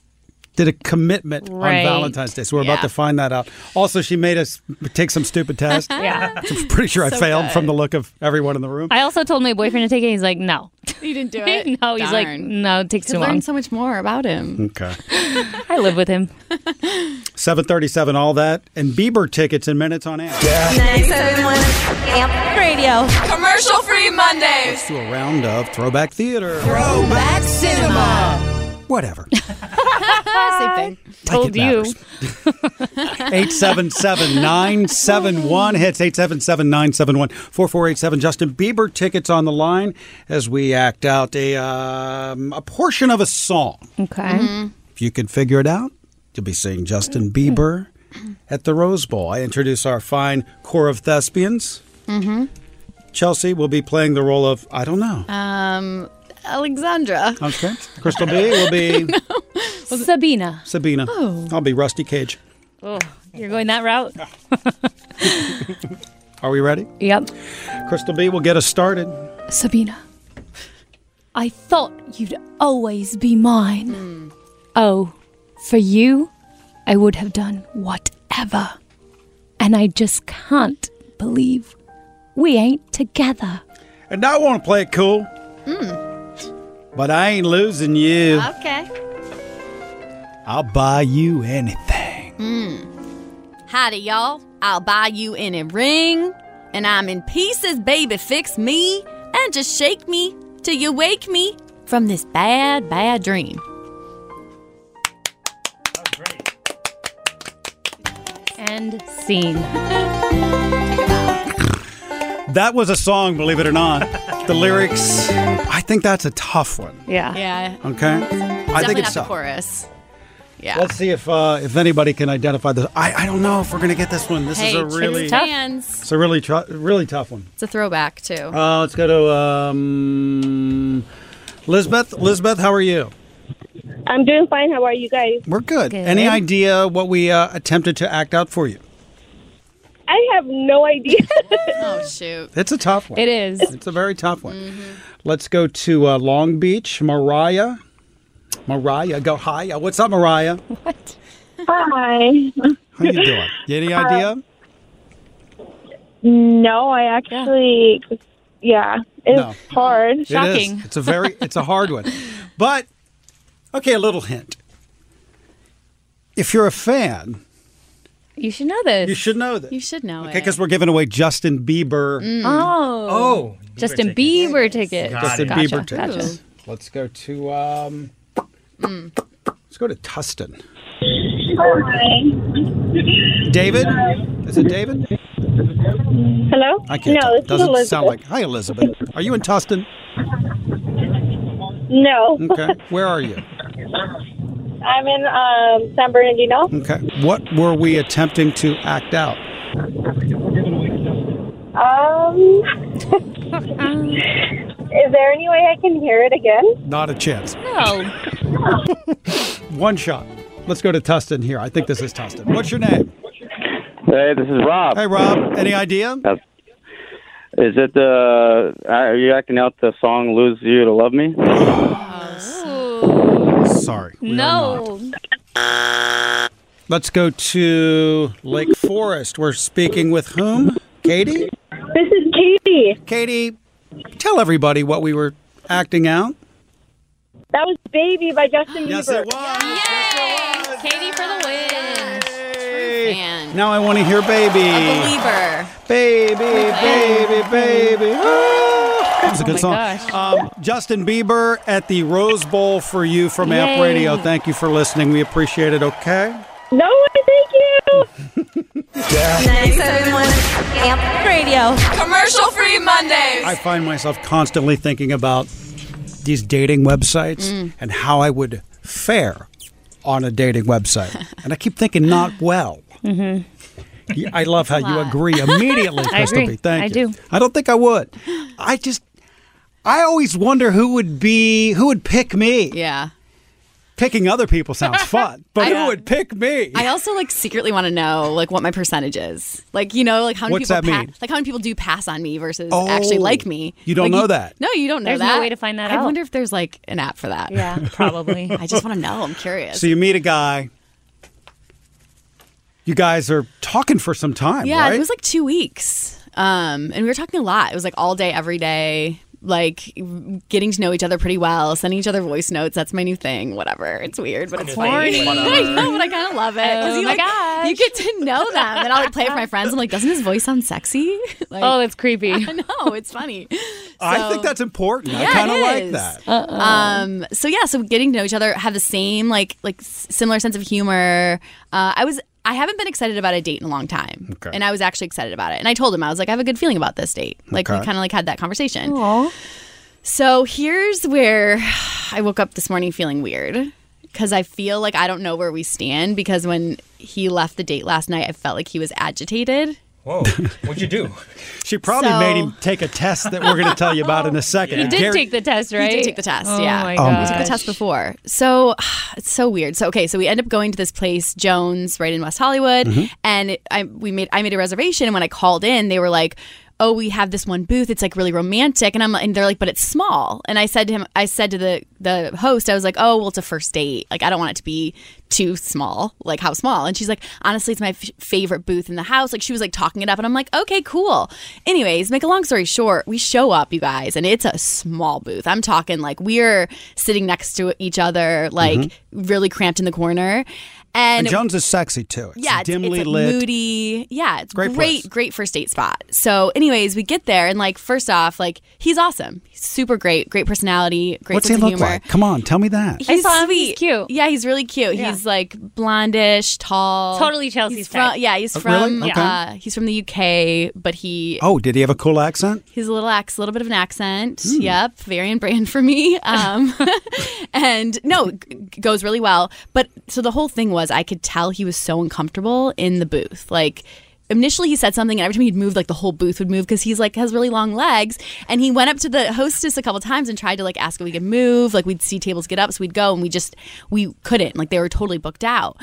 [SPEAKER 5] did a commitment
[SPEAKER 6] Right.
[SPEAKER 5] on Valentine's Day. So we're
[SPEAKER 6] Yeah.
[SPEAKER 5] about to find that out. Also, she made us take some stupid test.
[SPEAKER 6] Yeah.
[SPEAKER 5] I'm pretty sure I
[SPEAKER 6] So
[SPEAKER 5] failed
[SPEAKER 6] good.
[SPEAKER 5] from the look of everyone in the room.
[SPEAKER 6] I also told my boyfriend to take it. He's like, no.
[SPEAKER 7] You didn't do it.
[SPEAKER 6] No, he's like,
[SPEAKER 7] Darn.
[SPEAKER 6] no, it takes
[SPEAKER 7] Could
[SPEAKER 6] too
[SPEAKER 7] learn
[SPEAKER 6] long.
[SPEAKER 7] so much more about him.
[SPEAKER 5] okay.
[SPEAKER 6] I live with him.
[SPEAKER 5] 737, all that, and Bieber tickets in minutes on amp.
[SPEAKER 4] Amp Radio. Commercial free Mondays.
[SPEAKER 5] To a round of Throwback Theater.
[SPEAKER 4] Throwback Cinema.
[SPEAKER 5] Whatever.
[SPEAKER 7] Same thing.
[SPEAKER 6] Told you.
[SPEAKER 5] 877 971 hits 877 971 4487. Justin Bieber tickets on the line as we act out a, um, a portion of a song.
[SPEAKER 6] Okay.
[SPEAKER 5] If you can figure it out, you'll be seeing Justin Bieber at the Rose Bowl. I introduce our fine core of thespians.
[SPEAKER 7] Mm-hmm.
[SPEAKER 5] Chelsea will be playing the role of, I don't know.
[SPEAKER 7] Um, Alexandra.
[SPEAKER 5] Okay. Crystal B will be
[SPEAKER 6] Sabina.
[SPEAKER 5] Sabina.
[SPEAKER 6] Oh.
[SPEAKER 5] I'll be Rusty Cage.
[SPEAKER 6] Oh, you're going that route?
[SPEAKER 5] Are we ready?
[SPEAKER 6] Yep.
[SPEAKER 5] Crystal B will get us started.
[SPEAKER 6] Sabina. I thought you'd always be mine. Oh, for you, I would have done whatever. And I just can't believe we ain't together.
[SPEAKER 5] And I want to play it cool,
[SPEAKER 7] Hmm.
[SPEAKER 5] but I ain't losing you.
[SPEAKER 7] Okay.
[SPEAKER 5] I'll buy you anything.
[SPEAKER 7] Mm. Howdy, y'all. I'll buy you any ring, and I'm in pieces, baby. Fix me and just shake me till you wake me from this bad, bad dream.
[SPEAKER 6] And scene.
[SPEAKER 5] That was a song, believe it or not. the lyrics, I think that's a tough one.
[SPEAKER 6] Yeah.
[SPEAKER 7] Yeah.
[SPEAKER 5] Okay, I think
[SPEAKER 7] Uh, Definitely
[SPEAKER 5] it's
[SPEAKER 7] not the
[SPEAKER 5] tough.
[SPEAKER 7] chorus. Yeah.
[SPEAKER 5] Let's see if uh, if anybody can identify this. I, I don't know if we're gonna get this one. This
[SPEAKER 7] hey,
[SPEAKER 5] is a
[SPEAKER 7] Chicks
[SPEAKER 5] really
[SPEAKER 7] and Fans.
[SPEAKER 5] it's a really tr- really tough one.
[SPEAKER 7] It's a throwback too.
[SPEAKER 5] Uh, let's go to um, Lisbeth. Lisbeth, how are you?
[SPEAKER 15] I'm doing fine. How are you guys?
[SPEAKER 5] We're good. Any idea what we uh, attempted to act out for you?
[SPEAKER 15] I have no idea.
[SPEAKER 7] oh shoot!
[SPEAKER 5] It's a tough one.
[SPEAKER 6] It is. Mm-hmm.
[SPEAKER 5] It's a very tough one. Let's go to uh, Long Beach. Mariah. Mariah, go hi. uh, What's up, Mariah?
[SPEAKER 15] Hi.
[SPEAKER 5] How you doing? You Any
[SPEAKER 15] Uh,
[SPEAKER 5] idea?
[SPEAKER 15] No, I actually, yeah, it's
[SPEAKER 5] No.
[SPEAKER 15] hard.
[SPEAKER 5] It is. It's a very it's a hard one. But okay, a little hint. If you're a fan,
[SPEAKER 6] You should know this.
[SPEAKER 5] you should know this.
[SPEAKER 6] You should Mm-hmm. know
[SPEAKER 5] Okay, because we're giving away Justin Bieber.
[SPEAKER 6] Oh.
[SPEAKER 5] Oh,
[SPEAKER 6] Justin Bieber ticket.
[SPEAKER 5] Justin
[SPEAKER 6] Gotcha,
[SPEAKER 5] Bieber tickets.
[SPEAKER 6] gotcha.
[SPEAKER 5] Let's go to um let's go to Tustin. David? Is it David?
[SPEAKER 15] Hello?
[SPEAKER 5] I can't
[SPEAKER 15] no,
[SPEAKER 5] tell.
[SPEAKER 15] this is
[SPEAKER 5] Doesn't
[SPEAKER 15] Elizabeth.
[SPEAKER 5] sound like Hi Elizabeth. Are you in Tustin?
[SPEAKER 15] No.
[SPEAKER 5] Okay. Where are you?
[SPEAKER 15] I'm in um, San Bernardino.
[SPEAKER 5] Okay. What were we attempting to act out?
[SPEAKER 15] Um, is there any way I can hear it again?
[SPEAKER 5] Not a chance.
[SPEAKER 6] No.
[SPEAKER 5] One shot. Let's go to Tustin here. I think this is Tustin. What's your name?
[SPEAKER 16] Hey, this is Rob.
[SPEAKER 5] Hey, Rob. Any idea?
[SPEAKER 16] Is it the? Are you acting out the song "Lose You to Love Me"?
[SPEAKER 5] Sorry.
[SPEAKER 6] Oh.
[SPEAKER 7] Oh,
[SPEAKER 6] no.
[SPEAKER 5] Let's go to Lake Forest. We're speaking with whom? Katie?
[SPEAKER 15] This is Katie.
[SPEAKER 5] Katie, tell everybody what we were acting out.
[SPEAKER 15] That was "Baby" by Justin Bieber.
[SPEAKER 5] Yes, it was.
[SPEAKER 6] Katie for the win.
[SPEAKER 5] True fan. Now I want to hear baby.
[SPEAKER 7] Believer.
[SPEAKER 5] Baby, baby, baby. Ah. That was a
[SPEAKER 6] Oh
[SPEAKER 5] good
[SPEAKER 6] my
[SPEAKER 5] song.
[SPEAKER 6] gosh.
[SPEAKER 5] Um, Justin Bieber at the Rose Bowl for you from Amp
[SPEAKER 6] Yay.
[SPEAKER 5] Radio. Thank you for listening. We appreciate it, okay?
[SPEAKER 15] No, thank you.
[SPEAKER 4] 97.1 Amp Radio.
[SPEAKER 9] Commercial free Mondays.
[SPEAKER 5] I find myself constantly thinking about these dating websites
[SPEAKER 9] Mm.
[SPEAKER 5] and how I would fare on a dating website. and I keep thinking, not well.
[SPEAKER 6] Mm-hmm.
[SPEAKER 5] You- I love how you agree immediately,
[SPEAKER 6] I
[SPEAKER 5] Crystal
[SPEAKER 6] agree.
[SPEAKER 5] B. Thank
[SPEAKER 6] I
[SPEAKER 5] you.
[SPEAKER 6] do.
[SPEAKER 5] I don't think I would. I just, I always wonder who would be, who would pick me.
[SPEAKER 7] Yeah.
[SPEAKER 5] Picking other people sounds fun, but who would pick me?
[SPEAKER 7] I also like secretly want to know like what my percentage is. Like you know like how many
[SPEAKER 5] What's
[SPEAKER 7] people
[SPEAKER 5] that
[SPEAKER 7] pa-
[SPEAKER 5] mean?
[SPEAKER 7] like how many people do pass on me versus
[SPEAKER 5] Oh,
[SPEAKER 7] actually like me.
[SPEAKER 5] you don't
[SPEAKER 7] Like,
[SPEAKER 5] know that.
[SPEAKER 7] No, you don't know
[SPEAKER 6] There's
[SPEAKER 7] that.
[SPEAKER 6] no way to find that
[SPEAKER 7] I
[SPEAKER 6] out.
[SPEAKER 7] wonder if there's like an app for that.
[SPEAKER 6] Yeah, probably.
[SPEAKER 7] I just want to know. I'm curious.
[SPEAKER 5] So you meet a guy. You guys are talking for some time,
[SPEAKER 7] yeah,
[SPEAKER 5] right?
[SPEAKER 7] it was like 2 weeks. Um and we were talking a lot. It was like all day every day. Like getting to know each other pretty well, sending each other voice notes. That's my new thing. Whatever. It's weird, but it's
[SPEAKER 6] Corny.
[SPEAKER 7] funny. I know, but I kind of love it. 'Cause
[SPEAKER 6] Oh
[SPEAKER 7] you,
[SPEAKER 6] my
[SPEAKER 7] like, You get to know them, and I'll like play it for my friends. I'm like, doesn't his voice sound sexy? Like,
[SPEAKER 6] Oh, it's creepy.
[SPEAKER 7] I know it's funny.
[SPEAKER 5] I think
[SPEAKER 7] So-
[SPEAKER 5] that's important. I
[SPEAKER 7] Yeah,
[SPEAKER 5] kind of
[SPEAKER 7] it
[SPEAKER 5] like
[SPEAKER 7] is.
[SPEAKER 5] that.
[SPEAKER 7] Um, so yeah, so getting to know each other, have the same like like s- similar sense of humor. Uh, I was I haven't been excited about a date in a long time,
[SPEAKER 4] Okay.
[SPEAKER 7] and I was actually excited about it. And I told him I was like, I have a good feeling about this date. Like we
[SPEAKER 4] Okay.
[SPEAKER 7] kind of like had that conversation. So here's where I woke up this morning feeling weird because I feel like I don't know where we stand because when he left the date last night, I felt like he was agitated.
[SPEAKER 13] Whoa, what'd you do?
[SPEAKER 5] She probably
[SPEAKER 7] So-
[SPEAKER 5] made him take a test that we're going to tell you about in a second.
[SPEAKER 6] He
[SPEAKER 5] And
[SPEAKER 6] did
[SPEAKER 5] Gary-
[SPEAKER 6] take the test, right?
[SPEAKER 7] He did take the test.
[SPEAKER 6] Oh
[SPEAKER 7] yeah,
[SPEAKER 6] my
[SPEAKER 5] Oh my
[SPEAKER 7] he took the
[SPEAKER 5] gosh.
[SPEAKER 7] test before. So it's so weird. So okay, so we end up going to this place, Jones, right in West Hollywood,
[SPEAKER 4] Mhm.
[SPEAKER 7] and it, I we made I made a reservation. And when I called in, they were like. Oh, we have this one booth. It's like really romantic, and I'm and they're like, but it's small. And I said to him, I said to the the host, I was like, oh, well, it's a first date. Like, I don't want it to be too small. Like, how small? And she's like, honestly, it's my f- favorite booth in the house. Like, she was like talking it up, and I'm like, okay, cool. Anyways, make a long story short, we show up, you guys, and it's a small booth. I'm talking like we're sitting next to each other, like
[SPEAKER 5] Mhm.
[SPEAKER 7] really cramped in the corner.
[SPEAKER 5] And,
[SPEAKER 7] And,
[SPEAKER 5] Jones is sexy too. It's
[SPEAKER 7] yeah, it's,
[SPEAKER 5] dimly
[SPEAKER 7] it's, like,
[SPEAKER 5] lit.
[SPEAKER 7] moody. Yeah, it's
[SPEAKER 5] Great
[SPEAKER 7] great, great, first date spot. So, anyways, we get there, and like first off, like he's awesome, he's super great, great personality, great
[SPEAKER 5] What's he
[SPEAKER 7] sense
[SPEAKER 5] look
[SPEAKER 7] of humor.
[SPEAKER 5] like? Come on, tell me that.
[SPEAKER 7] He's sweet. cute. Yeah, he's really cute.
[SPEAKER 6] Yeah.
[SPEAKER 7] He's like blondish, tall.
[SPEAKER 6] Totally Chelsea's
[SPEAKER 7] he's from,
[SPEAKER 6] type.
[SPEAKER 7] Yeah, he's
[SPEAKER 5] Oh, really?
[SPEAKER 7] from
[SPEAKER 5] Okay.
[SPEAKER 7] uh, he's from the UK, but he
[SPEAKER 5] Oh, did he have a cool accent?
[SPEAKER 7] He's a little ax, a little bit of an accent. Yep, very in brand for me. Um, and no, g- goes really well. But so the whole thing was, I could tell he was so uncomfortable in the booth. Like initially, he said something, and every time he'd move, like the whole booth would move because he's like has really long legs. And he went up to the hostess a couple times and tried to like ask if we could move. Like we'd see tables get up, so we'd go, and we just we couldn't. Like they were totally booked out.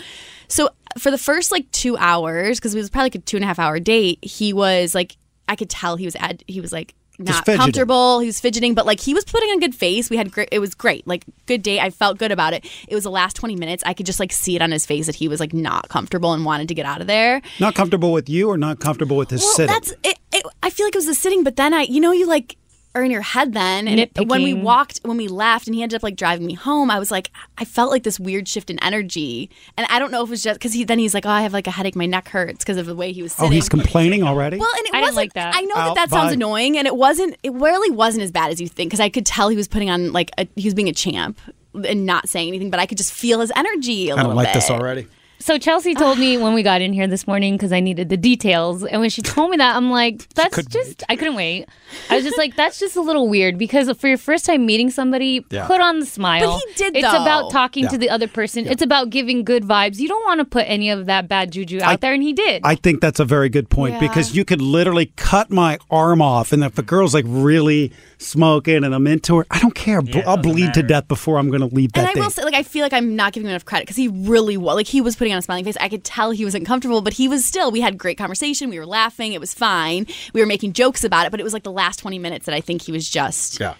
[SPEAKER 7] So for the first like two hours, because it was probably like a two and a half hour date, he was like I could tell he was ad- he was like
[SPEAKER 4] Just
[SPEAKER 7] not
[SPEAKER 4] fidgeting.
[SPEAKER 7] comfortable. He was fidgeting, but like he was putting on good face. We had great. It was great. Like good date. I felt good about it. It was the last twenty minutes. I could just like see it on his face that he was like not comfortable and wanted to get out of there.
[SPEAKER 5] Not comfortable with you or not comfortable with his
[SPEAKER 7] Well,
[SPEAKER 5] sitting?
[SPEAKER 7] that's it, it. I feel like it was the sitting, but then I, you know, you like are in your head then. And it, when we
[SPEAKER 6] Nitpicking.
[SPEAKER 7] walked, when we left, and he ended up like driving me home, I was like, I felt like this weird shift in energy, and I don't know if it was just because he then he's like, oh, I have like a headache, my neck hurts because of the way he was
[SPEAKER 5] oh,
[SPEAKER 7] sitting.
[SPEAKER 5] he's complaining already?
[SPEAKER 7] Well, and it
[SPEAKER 6] I didn't
[SPEAKER 7] wasn't.
[SPEAKER 6] like that.
[SPEAKER 7] I know
[SPEAKER 5] Out,
[SPEAKER 7] that that sounds
[SPEAKER 5] bye.
[SPEAKER 7] annoying, and it wasn't. It really wasn't as bad as you think, because I could tell he was putting on like a, he was being a champ and not saying anything, but I could just feel his energy. I
[SPEAKER 5] I don't like this already.
[SPEAKER 6] So Chelsea told me when we got in here this morning because I needed the details, and when she told me that, I'm like, that's just I couldn't wait. I was just like, that's just a little weird because for your first time meeting somebody,
[SPEAKER 2] Yeah.
[SPEAKER 6] put on the smile.
[SPEAKER 2] But he did,
[SPEAKER 6] It's
[SPEAKER 2] though.
[SPEAKER 6] about talking to
[SPEAKER 5] Yeah.
[SPEAKER 6] the other person. It's about giving good vibes. You don't want to put any of that bad juju out there, and he did.
[SPEAKER 5] I think that's a very good point
[SPEAKER 6] Yeah.
[SPEAKER 5] because you could literally cut my arm off, and if a girl's like really smoking and I'm into her, I don't care. I'll bleed to death before I'm going to leave
[SPEAKER 7] And
[SPEAKER 5] that
[SPEAKER 7] I
[SPEAKER 5] thing.
[SPEAKER 7] will say, like, I feel like I'm not giving him enough credit because he really was. Like, he was putting on a smiling face. I could tell he wasn't comfortable, but he was still. We had great conversation. We were laughing. It was fine. We were making jokes about it, but it was like the last 20 minutes that I think he was just.
[SPEAKER 5] Yeah.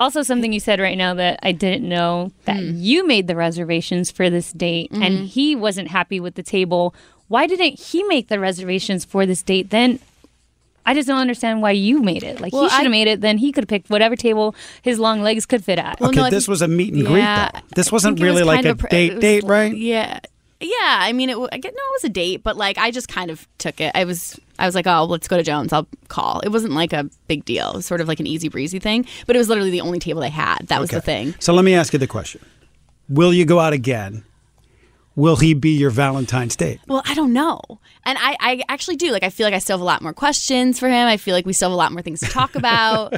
[SPEAKER 6] Also, something you said right now that I didn't know that
[SPEAKER 7] Hmm.
[SPEAKER 6] you made the reservations for this date and
[SPEAKER 7] Mhm.
[SPEAKER 6] he wasn't happy with the table. Why didn't he make the reservations for this date then? I just don't understand why you made it. Like,
[SPEAKER 7] Well,
[SPEAKER 6] he should
[SPEAKER 7] I-
[SPEAKER 6] have made it, then he could have picked whatever table his long legs could fit at.
[SPEAKER 5] okay, this was a meet and
[SPEAKER 7] Yeah,
[SPEAKER 5] greet. Though. This
[SPEAKER 7] I
[SPEAKER 5] wasn't
[SPEAKER 7] think it was
[SPEAKER 5] really like
[SPEAKER 7] kind
[SPEAKER 5] a
[SPEAKER 7] of pr- it
[SPEAKER 5] date
[SPEAKER 7] was
[SPEAKER 5] date,
[SPEAKER 7] l-
[SPEAKER 5] right?
[SPEAKER 7] Yeah. Yeah. I mean, it, w- I get, no, it was a date, but like, I just kind of took it. I was. I was like, oh, let's go to Jones. I'll call. It wasn't like a big deal. It was sort of like an easy breezy thing, but it was literally the only table they had. That was the thing.
[SPEAKER 5] So let me ask you the question: Will you go out again? Will he be your Valentine's date?
[SPEAKER 7] Well, I don't know. And I, I actually do. Like, I feel like I still have a lot more questions for him. I feel like we still have a lot more things to talk about.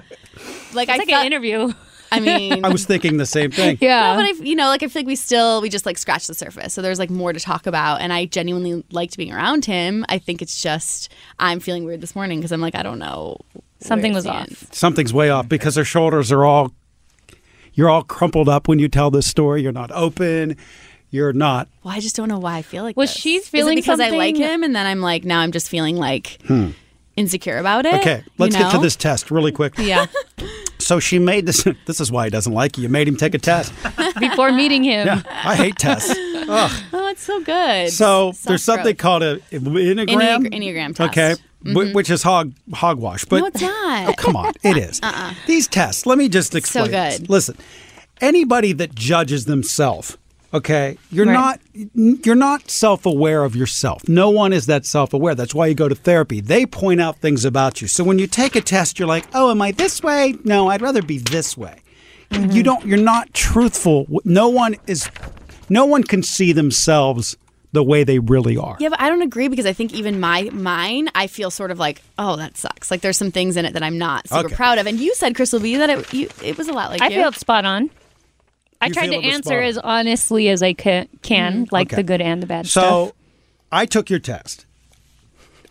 [SPEAKER 7] like, I
[SPEAKER 6] like an
[SPEAKER 7] felt,
[SPEAKER 6] interview.
[SPEAKER 7] I mean,
[SPEAKER 5] I was thinking the same thing.
[SPEAKER 7] No, but I, you know, like, I feel like we still, we just like scratched the surface. So there's like more to talk about. And I genuinely liked being around him. I think it's just, I'm feeling weird this morning because I'm like, I don't know.
[SPEAKER 6] Something was off.
[SPEAKER 5] Something's way off because her shoulders are all. You're all crumpled up when you tell this story. You're not open. You're not.
[SPEAKER 7] Well, I just don't know why I feel like
[SPEAKER 6] Was
[SPEAKER 7] this.
[SPEAKER 6] she
[SPEAKER 7] Is it
[SPEAKER 6] feeling
[SPEAKER 7] because I like
[SPEAKER 6] something?
[SPEAKER 7] him? And then I'm like, now I'm just feeling like
[SPEAKER 5] Hmm.
[SPEAKER 7] insecure about it.
[SPEAKER 5] Okay,
[SPEAKER 7] Eh, you
[SPEAKER 5] let's get to
[SPEAKER 7] know?
[SPEAKER 5] this test really quick.
[SPEAKER 7] Yeah.
[SPEAKER 5] So she made this. This is why he doesn't like you. You made him take a test.
[SPEAKER 6] before meeting him.
[SPEAKER 5] Yeah, I hate tests. Ugh.
[SPEAKER 7] Oh, it's so good.
[SPEAKER 5] So
[SPEAKER 7] Sounds
[SPEAKER 5] there's something
[SPEAKER 7] gross.
[SPEAKER 5] called a enneagram.
[SPEAKER 7] Enneag- Enneagram test. Mm-hmm.
[SPEAKER 5] Okay, wh- which is hog hogwash. But
[SPEAKER 7] no, it's not.
[SPEAKER 5] Oh, come on, it is.
[SPEAKER 7] Uh-uh.
[SPEAKER 5] These tests. Let me just
[SPEAKER 7] so
[SPEAKER 5] explain. this.
[SPEAKER 7] good.
[SPEAKER 5] Listen, anybody that judges themselves, okay, you're
[SPEAKER 7] Right.
[SPEAKER 5] not you're not self-aware of yourself. No one is that self-aware. That's why you go to therapy. They point out things about you. So when you take a test, you're like, "Oh, am I this way? No, I'd rather be this way." You don't. You're not truthful. No one is. No one can see themselves the way they really are.
[SPEAKER 7] Yeah, but I don't agree because I think even my mine, I feel sort of like, oh, that sucks. Like there's some things in it that I'm not super
[SPEAKER 6] Okay.
[SPEAKER 7] proud of. And you said, Crystal B, that it you, it was a lot like
[SPEAKER 6] I
[SPEAKER 7] you.
[SPEAKER 6] feel it's spot on. I
[SPEAKER 7] You
[SPEAKER 6] tried
[SPEAKER 7] feel
[SPEAKER 6] to
[SPEAKER 7] it was
[SPEAKER 6] answer
[SPEAKER 7] spot on.
[SPEAKER 6] as honestly as I ca- can,
[SPEAKER 7] Mm-hmm.
[SPEAKER 6] like
[SPEAKER 5] Okay.
[SPEAKER 6] the good and the bad
[SPEAKER 5] So,
[SPEAKER 6] stuff.
[SPEAKER 5] I took your test.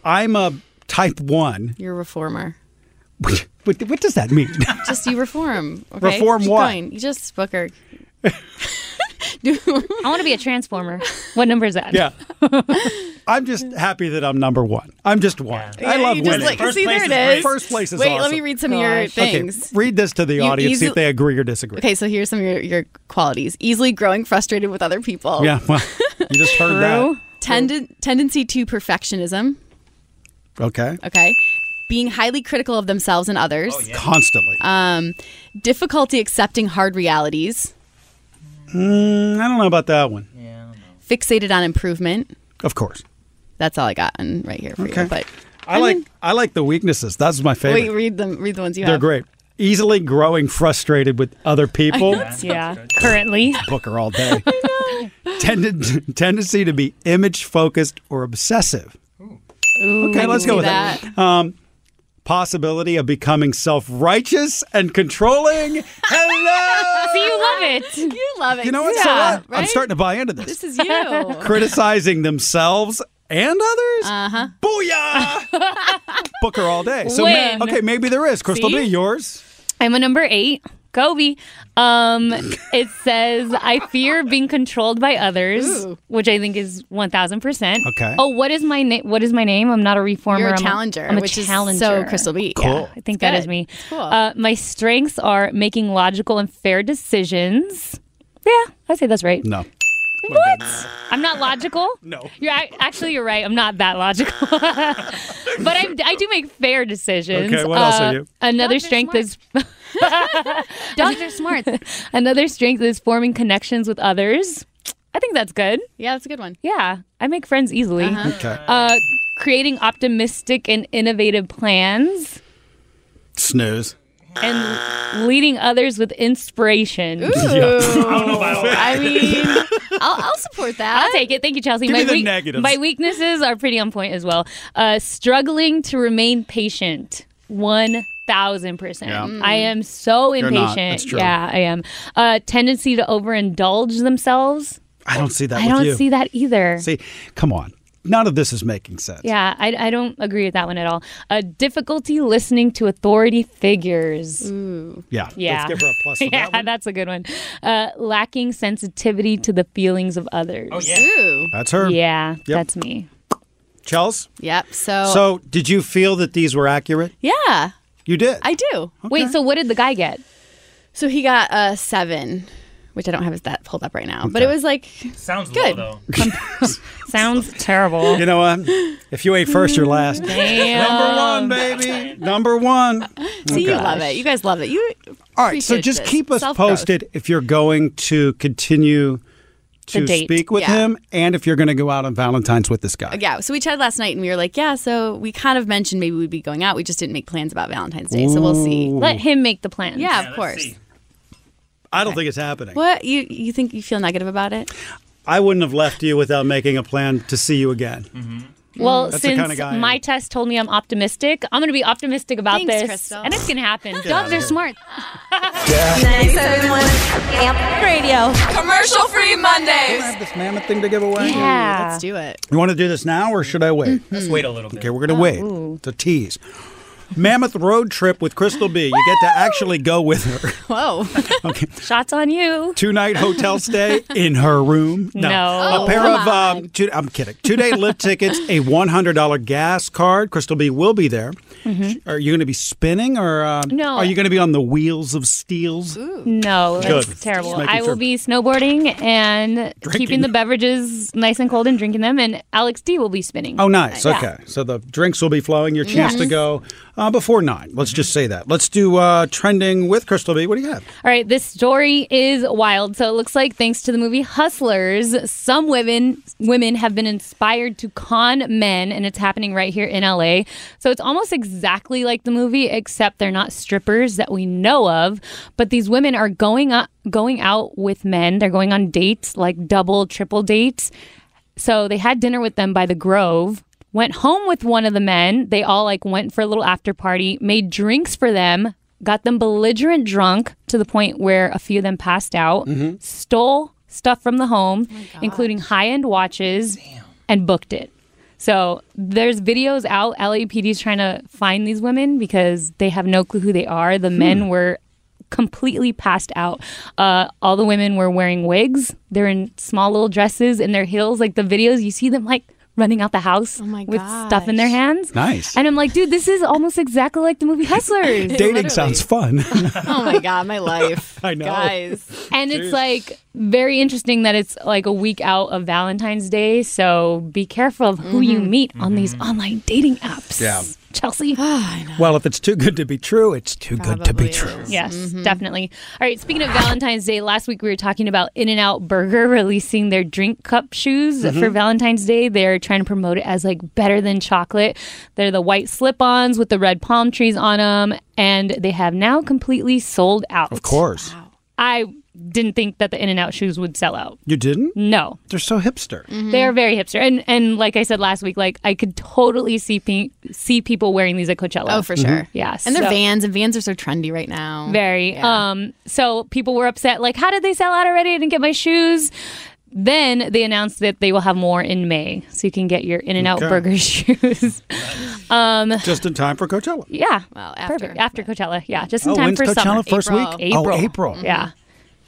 [SPEAKER 5] I'm a type one.
[SPEAKER 7] You're a reformer.
[SPEAKER 5] What, what, what does that mean?
[SPEAKER 7] just you reform. Okay?
[SPEAKER 5] Reform
[SPEAKER 7] Keep
[SPEAKER 5] what?
[SPEAKER 7] going. You just Booker.
[SPEAKER 6] I want to be a transformer. What number is that?
[SPEAKER 5] yeah. I'm just happy that I'm number one. I'm just one.
[SPEAKER 7] Yeah,
[SPEAKER 5] I love
[SPEAKER 7] you just
[SPEAKER 5] winning.
[SPEAKER 7] like- First see, place there is it great. is.
[SPEAKER 5] First place is
[SPEAKER 7] Wait,
[SPEAKER 5] awesome.
[SPEAKER 7] let me read some of your Gosh. things.
[SPEAKER 5] Okay, read this to the
[SPEAKER 7] You
[SPEAKER 5] audience, see
[SPEAKER 7] easily-
[SPEAKER 5] if they agree or disagree.
[SPEAKER 7] Okay, so here's some of your, your qualities. Easily growing frustrated with other people.
[SPEAKER 5] Yeah, well, you just heard that.
[SPEAKER 7] Tenden- tendency to perfectionism.
[SPEAKER 5] Okay.
[SPEAKER 7] Okay. Being highly critical of themselves and others.
[SPEAKER 5] Constantly.
[SPEAKER 7] Um, difficulty accepting hard realities.
[SPEAKER 5] Mm, I don't know about that one.
[SPEAKER 7] Fixated on improvement.
[SPEAKER 5] Of course.
[SPEAKER 7] That's all I got on right here for you. But
[SPEAKER 5] I like I like the weaknesses. That's my favorite.
[SPEAKER 7] wait, read them. Read the ones you
[SPEAKER 5] They're
[SPEAKER 7] have.
[SPEAKER 5] great. Easily growing frustrated with other people.
[SPEAKER 6] yeah. Currently.
[SPEAKER 5] Booker all day. Tended, tendency to be image focused or obsessive. okay, let's go with that. Um, possibility of becoming self righteous and controlling. Hello.
[SPEAKER 6] See, you love it.
[SPEAKER 7] You love it.
[SPEAKER 5] You know what?
[SPEAKER 7] Yeah,
[SPEAKER 5] so what? I'm
[SPEAKER 7] right?
[SPEAKER 5] starting to buy into this.
[SPEAKER 7] This is you.
[SPEAKER 5] Criticizing themselves and others.
[SPEAKER 7] Uh
[SPEAKER 6] Uh-huh.
[SPEAKER 7] huh.
[SPEAKER 5] Booyah! Booker all day. So
[SPEAKER 6] Win.
[SPEAKER 5] okay, maybe there is. Crystal
[SPEAKER 6] See?
[SPEAKER 5] B, yours.
[SPEAKER 6] I'm a number eight. Kobe. Um, it says, I fear being controlled by others, which I think is 1000%.
[SPEAKER 5] Okay.
[SPEAKER 6] Oh, what is my name? What is my name? I'm not a reformer.
[SPEAKER 7] You're a
[SPEAKER 6] I'm
[SPEAKER 7] challenger,
[SPEAKER 6] I'm a
[SPEAKER 7] which is so
[SPEAKER 6] challenger.
[SPEAKER 7] Crystal B.
[SPEAKER 6] Yeah,
[SPEAKER 7] Cool.
[SPEAKER 6] I think
[SPEAKER 7] It's
[SPEAKER 6] that
[SPEAKER 7] good.
[SPEAKER 6] is me.
[SPEAKER 7] It's cool.
[SPEAKER 6] Uh, my strengths are making logical and fair decisions. Yeah, I say that's right.
[SPEAKER 5] No.
[SPEAKER 6] What? I'm not logical.
[SPEAKER 5] No.
[SPEAKER 6] You're ac- actually you're right. I'm not that logical, but I'm, I do make fair decisions. Uh,
[SPEAKER 2] Okay, what else are you?
[SPEAKER 6] Another strength is
[SPEAKER 4] Dogs are smart.
[SPEAKER 6] another strength is forming connections with others. I think that's good.
[SPEAKER 7] Yeah, that's a good one.
[SPEAKER 6] Yeah, I make friends easily.
[SPEAKER 7] Uh-huh.
[SPEAKER 5] Okay.
[SPEAKER 6] Uh, creating optimistic and innovative plans.
[SPEAKER 5] Snooze.
[SPEAKER 6] and leading others with inspiration.
[SPEAKER 7] I mean, I'll, I'll support that.
[SPEAKER 6] I'll take it. Thank you, Chelsea.
[SPEAKER 7] Give me
[SPEAKER 6] my
[SPEAKER 7] the
[SPEAKER 6] weak-
[SPEAKER 7] negatives.
[SPEAKER 6] My weaknesses are pretty on point as well. Uh, struggling to remain patient. One thousand percent.
[SPEAKER 2] Yeah.
[SPEAKER 6] I am so
[SPEAKER 5] You're
[SPEAKER 6] impatient.
[SPEAKER 5] not. That's true.
[SPEAKER 6] Yeah, I am. Uh, tendency to overindulge themselves.
[SPEAKER 5] I don't see that.
[SPEAKER 6] I
[SPEAKER 5] with
[SPEAKER 6] don't
[SPEAKER 5] you.
[SPEAKER 6] see that either.
[SPEAKER 5] See, come on. None of this is making sense.
[SPEAKER 6] Yeah, I, I don't agree with that one at all. Uh, difficulty listening to authority figures.
[SPEAKER 5] Yeah.
[SPEAKER 6] Yeah.
[SPEAKER 5] Let's give her a plus on
[SPEAKER 6] yeah,
[SPEAKER 5] that one.
[SPEAKER 6] that's a good one. Uh, lacking sensitivity to the feelings of others. Oh, yeah.
[SPEAKER 5] That's her.
[SPEAKER 6] Yeah, that's me.
[SPEAKER 5] Chels?
[SPEAKER 7] Yep.
[SPEAKER 6] Oh.
[SPEAKER 7] So,
[SPEAKER 5] So, did you feel that these were accurate?
[SPEAKER 7] yeah,
[SPEAKER 5] You did.
[SPEAKER 7] I do.
[SPEAKER 6] Wait, so what did the guy get?
[SPEAKER 7] So he got a seven, which I don't have that pulled up right now, but it was like sounds good.
[SPEAKER 6] Sounds terrible.
[SPEAKER 5] You know what? If you ain't first, you're last.
[SPEAKER 7] Number
[SPEAKER 5] one, baby. Number one.
[SPEAKER 7] See, you
[SPEAKER 5] Okay.
[SPEAKER 7] love it. You guys love it. You
[SPEAKER 5] Oh, All right, so just keep us posted if you're going to continue
[SPEAKER 7] The
[SPEAKER 5] to
[SPEAKER 7] date.
[SPEAKER 5] speak with
[SPEAKER 7] Yeah.
[SPEAKER 5] him and if you're going to go out on Valentine's with this guy.
[SPEAKER 7] Yeah, so we chatted last night and we were like, yeah, so we kind of mentioned maybe we'd be going out. We just didn't make plans about Valentine's Day, so we'll see.
[SPEAKER 5] Ooh. Let
[SPEAKER 6] him make the plans.
[SPEAKER 7] Yeah, of course.
[SPEAKER 5] I don't think it's happening.
[SPEAKER 7] What you you think you feel negative about it?
[SPEAKER 5] I wouldn't have left you without making a plan to see you again.
[SPEAKER 2] Mm.
[SPEAKER 6] Well,
[SPEAKER 5] That's the
[SPEAKER 6] since
[SPEAKER 5] kinda guy I am.
[SPEAKER 6] my test told me I'm optimistic, I'm going to be optimistic about
[SPEAKER 2] Thanks,
[SPEAKER 6] this.
[SPEAKER 2] Crystal.
[SPEAKER 6] And it's going to happen.
[SPEAKER 2] Get
[SPEAKER 6] Dogs
[SPEAKER 2] out of
[SPEAKER 6] are
[SPEAKER 2] here.
[SPEAKER 6] smart.
[SPEAKER 9] 97.1
[SPEAKER 6] Amp Radio.
[SPEAKER 9] Commercial free
[SPEAKER 5] Don't I
[SPEAKER 9] Mondays.
[SPEAKER 5] have this mammoth thing to give away?
[SPEAKER 9] Yeah. Let's
[SPEAKER 7] do it.
[SPEAKER 5] You want to do this now or should I wait? Let's wait a little bit. Okay, we're going to wait. It's a tease. Mammoth road trip with Crystal B. You get to actually go with her.
[SPEAKER 7] Whoa.
[SPEAKER 5] okay.
[SPEAKER 6] Shots on you.
[SPEAKER 5] Two night hotel stay in her room. No.
[SPEAKER 6] No.
[SPEAKER 5] a pair
[SPEAKER 6] Oh,
[SPEAKER 5] of, um, two, I'm kidding. Two day lift tickets, a $100 gas card. Crystal B will be there. Are you going to be spinning or um,
[SPEAKER 6] Mm-hmm. No.
[SPEAKER 5] are you going to be on the wheels of steels?
[SPEAKER 6] No,
[SPEAKER 5] Good.
[SPEAKER 6] that's terrible.
[SPEAKER 5] Just making
[SPEAKER 6] I will
[SPEAKER 5] sure.
[SPEAKER 6] be snowboarding and keeping the beverages nice and cold and drinking them, and Alex D will be spinning.
[SPEAKER 5] Oh, nice.
[SPEAKER 6] Yeah.
[SPEAKER 5] Okay. So the drinks will be flowing. Your chance to
[SPEAKER 6] Yes.
[SPEAKER 5] go uh, before nine. Let's just say that. Let's do uh, trending with Crystal B. What do you have?
[SPEAKER 6] All right, this story is wild. So it looks like thanks to the movie Hustlers, some women women have been inspired to con men and it's happening right here in LA. So it's almost exactly like the movie except they're not strippers that we know of, but these women are going up going out with men. They're going on dates like double, triple dates. So they had dinner with them by the Grove. Went home with one of the men. They all like went for a little after party, made drinks for them, got them belligerent drunk to the point where a few of them passed out, stole stuff from the home, including high end watches, and booked it. So there's videos out. LAPD's trying to find these women because they have no clue who they are. The men were completely passed out. Uh, all the women were wearing wigs. They're in small little dresses in their heels. Like the videos, you see them like running out the house with stuff in their hands.
[SPEAKER 5] Nice.
[SPEAKER 6] And I'm like, dude, this is almost exactly like the movie Hustlers.
[SPEAKER 5] Dating sounds fun.
[SPEAKER 7] Oh my god, my life.
[SPEAKER 5] I know.
[SPEAKER 7] Guys.
[SPEAKER 6] And it's like very interesting that it's like a week out of Valentine's Day. So be careful of who you meet on these online dating apps.
[SPEAKER 5] Mm-hmm. Yeah.
[SPEAKER 6] Chelsea.
[SPEAKER 5] Well, if it's too good to be true, it's too good to be true.
[SPEAKER 6] Yes, definitely. Mm-hmm. All right, speaking of Valentine's Day, last week we were talking about In N Out Burger releasing their drink cup shoes
[SPEAKER 5] Mm-hmm.
[SPEAKER 2] Mhm.
[SPEAKER 6] for Valentine's Day. They're trying to promote it as like better than chocolate. They're the white slip ons with the red palm trees on them, and they have now completely sold out.
[SPEAKER 5] Of course.
[SPEAKER 6] I didn't think that the In N Out shoes would sell out.
[SPEAKER 5] You didn't?
[SPEAKER 6] No.
[SPEAKER 5] They're so hipster.
[SPEAKER 6] They are very hipster, and and like I said last week, like I could totally see pe- see people wearing these at Coachella.
[SPEAKER 7] Oh, for
[SPEAKER 5] Mm-hmm.
[SPEAKER 7] sure.
[SPEAKER 6] Yes,
[SPEAKER 7] And they're
[SPEAKER 6] so-
[SPEAKER 7] vans, and vans are so trendy right now.
[SPEAKER 6] very. Um, so people were upset, like, how did they sell out already? I didn't get my shoes. Then they announced that they will have more in May, so you can get your In and Out
[SPEAKER 5] Okay.
[SPEAKER 6] Burger shoes. um,
[SPEAKER 5] Just in time for Coachella.
[SPEAKER 6] yeah, well, after, perfect after Coachella, yeah, just in
[SPEAKER 5] Oh,
[SPEAKER 6] time
[SPEAKER 5] when's
[SPEAKER 6] for
[SPEAKER 5] Coachella?
[SPEAKER 6] summer.
[SPEAKER 5] First week?
[SPEAKER 6] April.
[SPEAKER 5] Oh, April. Mm-hmm.
[SPEAKER 6] Yeah,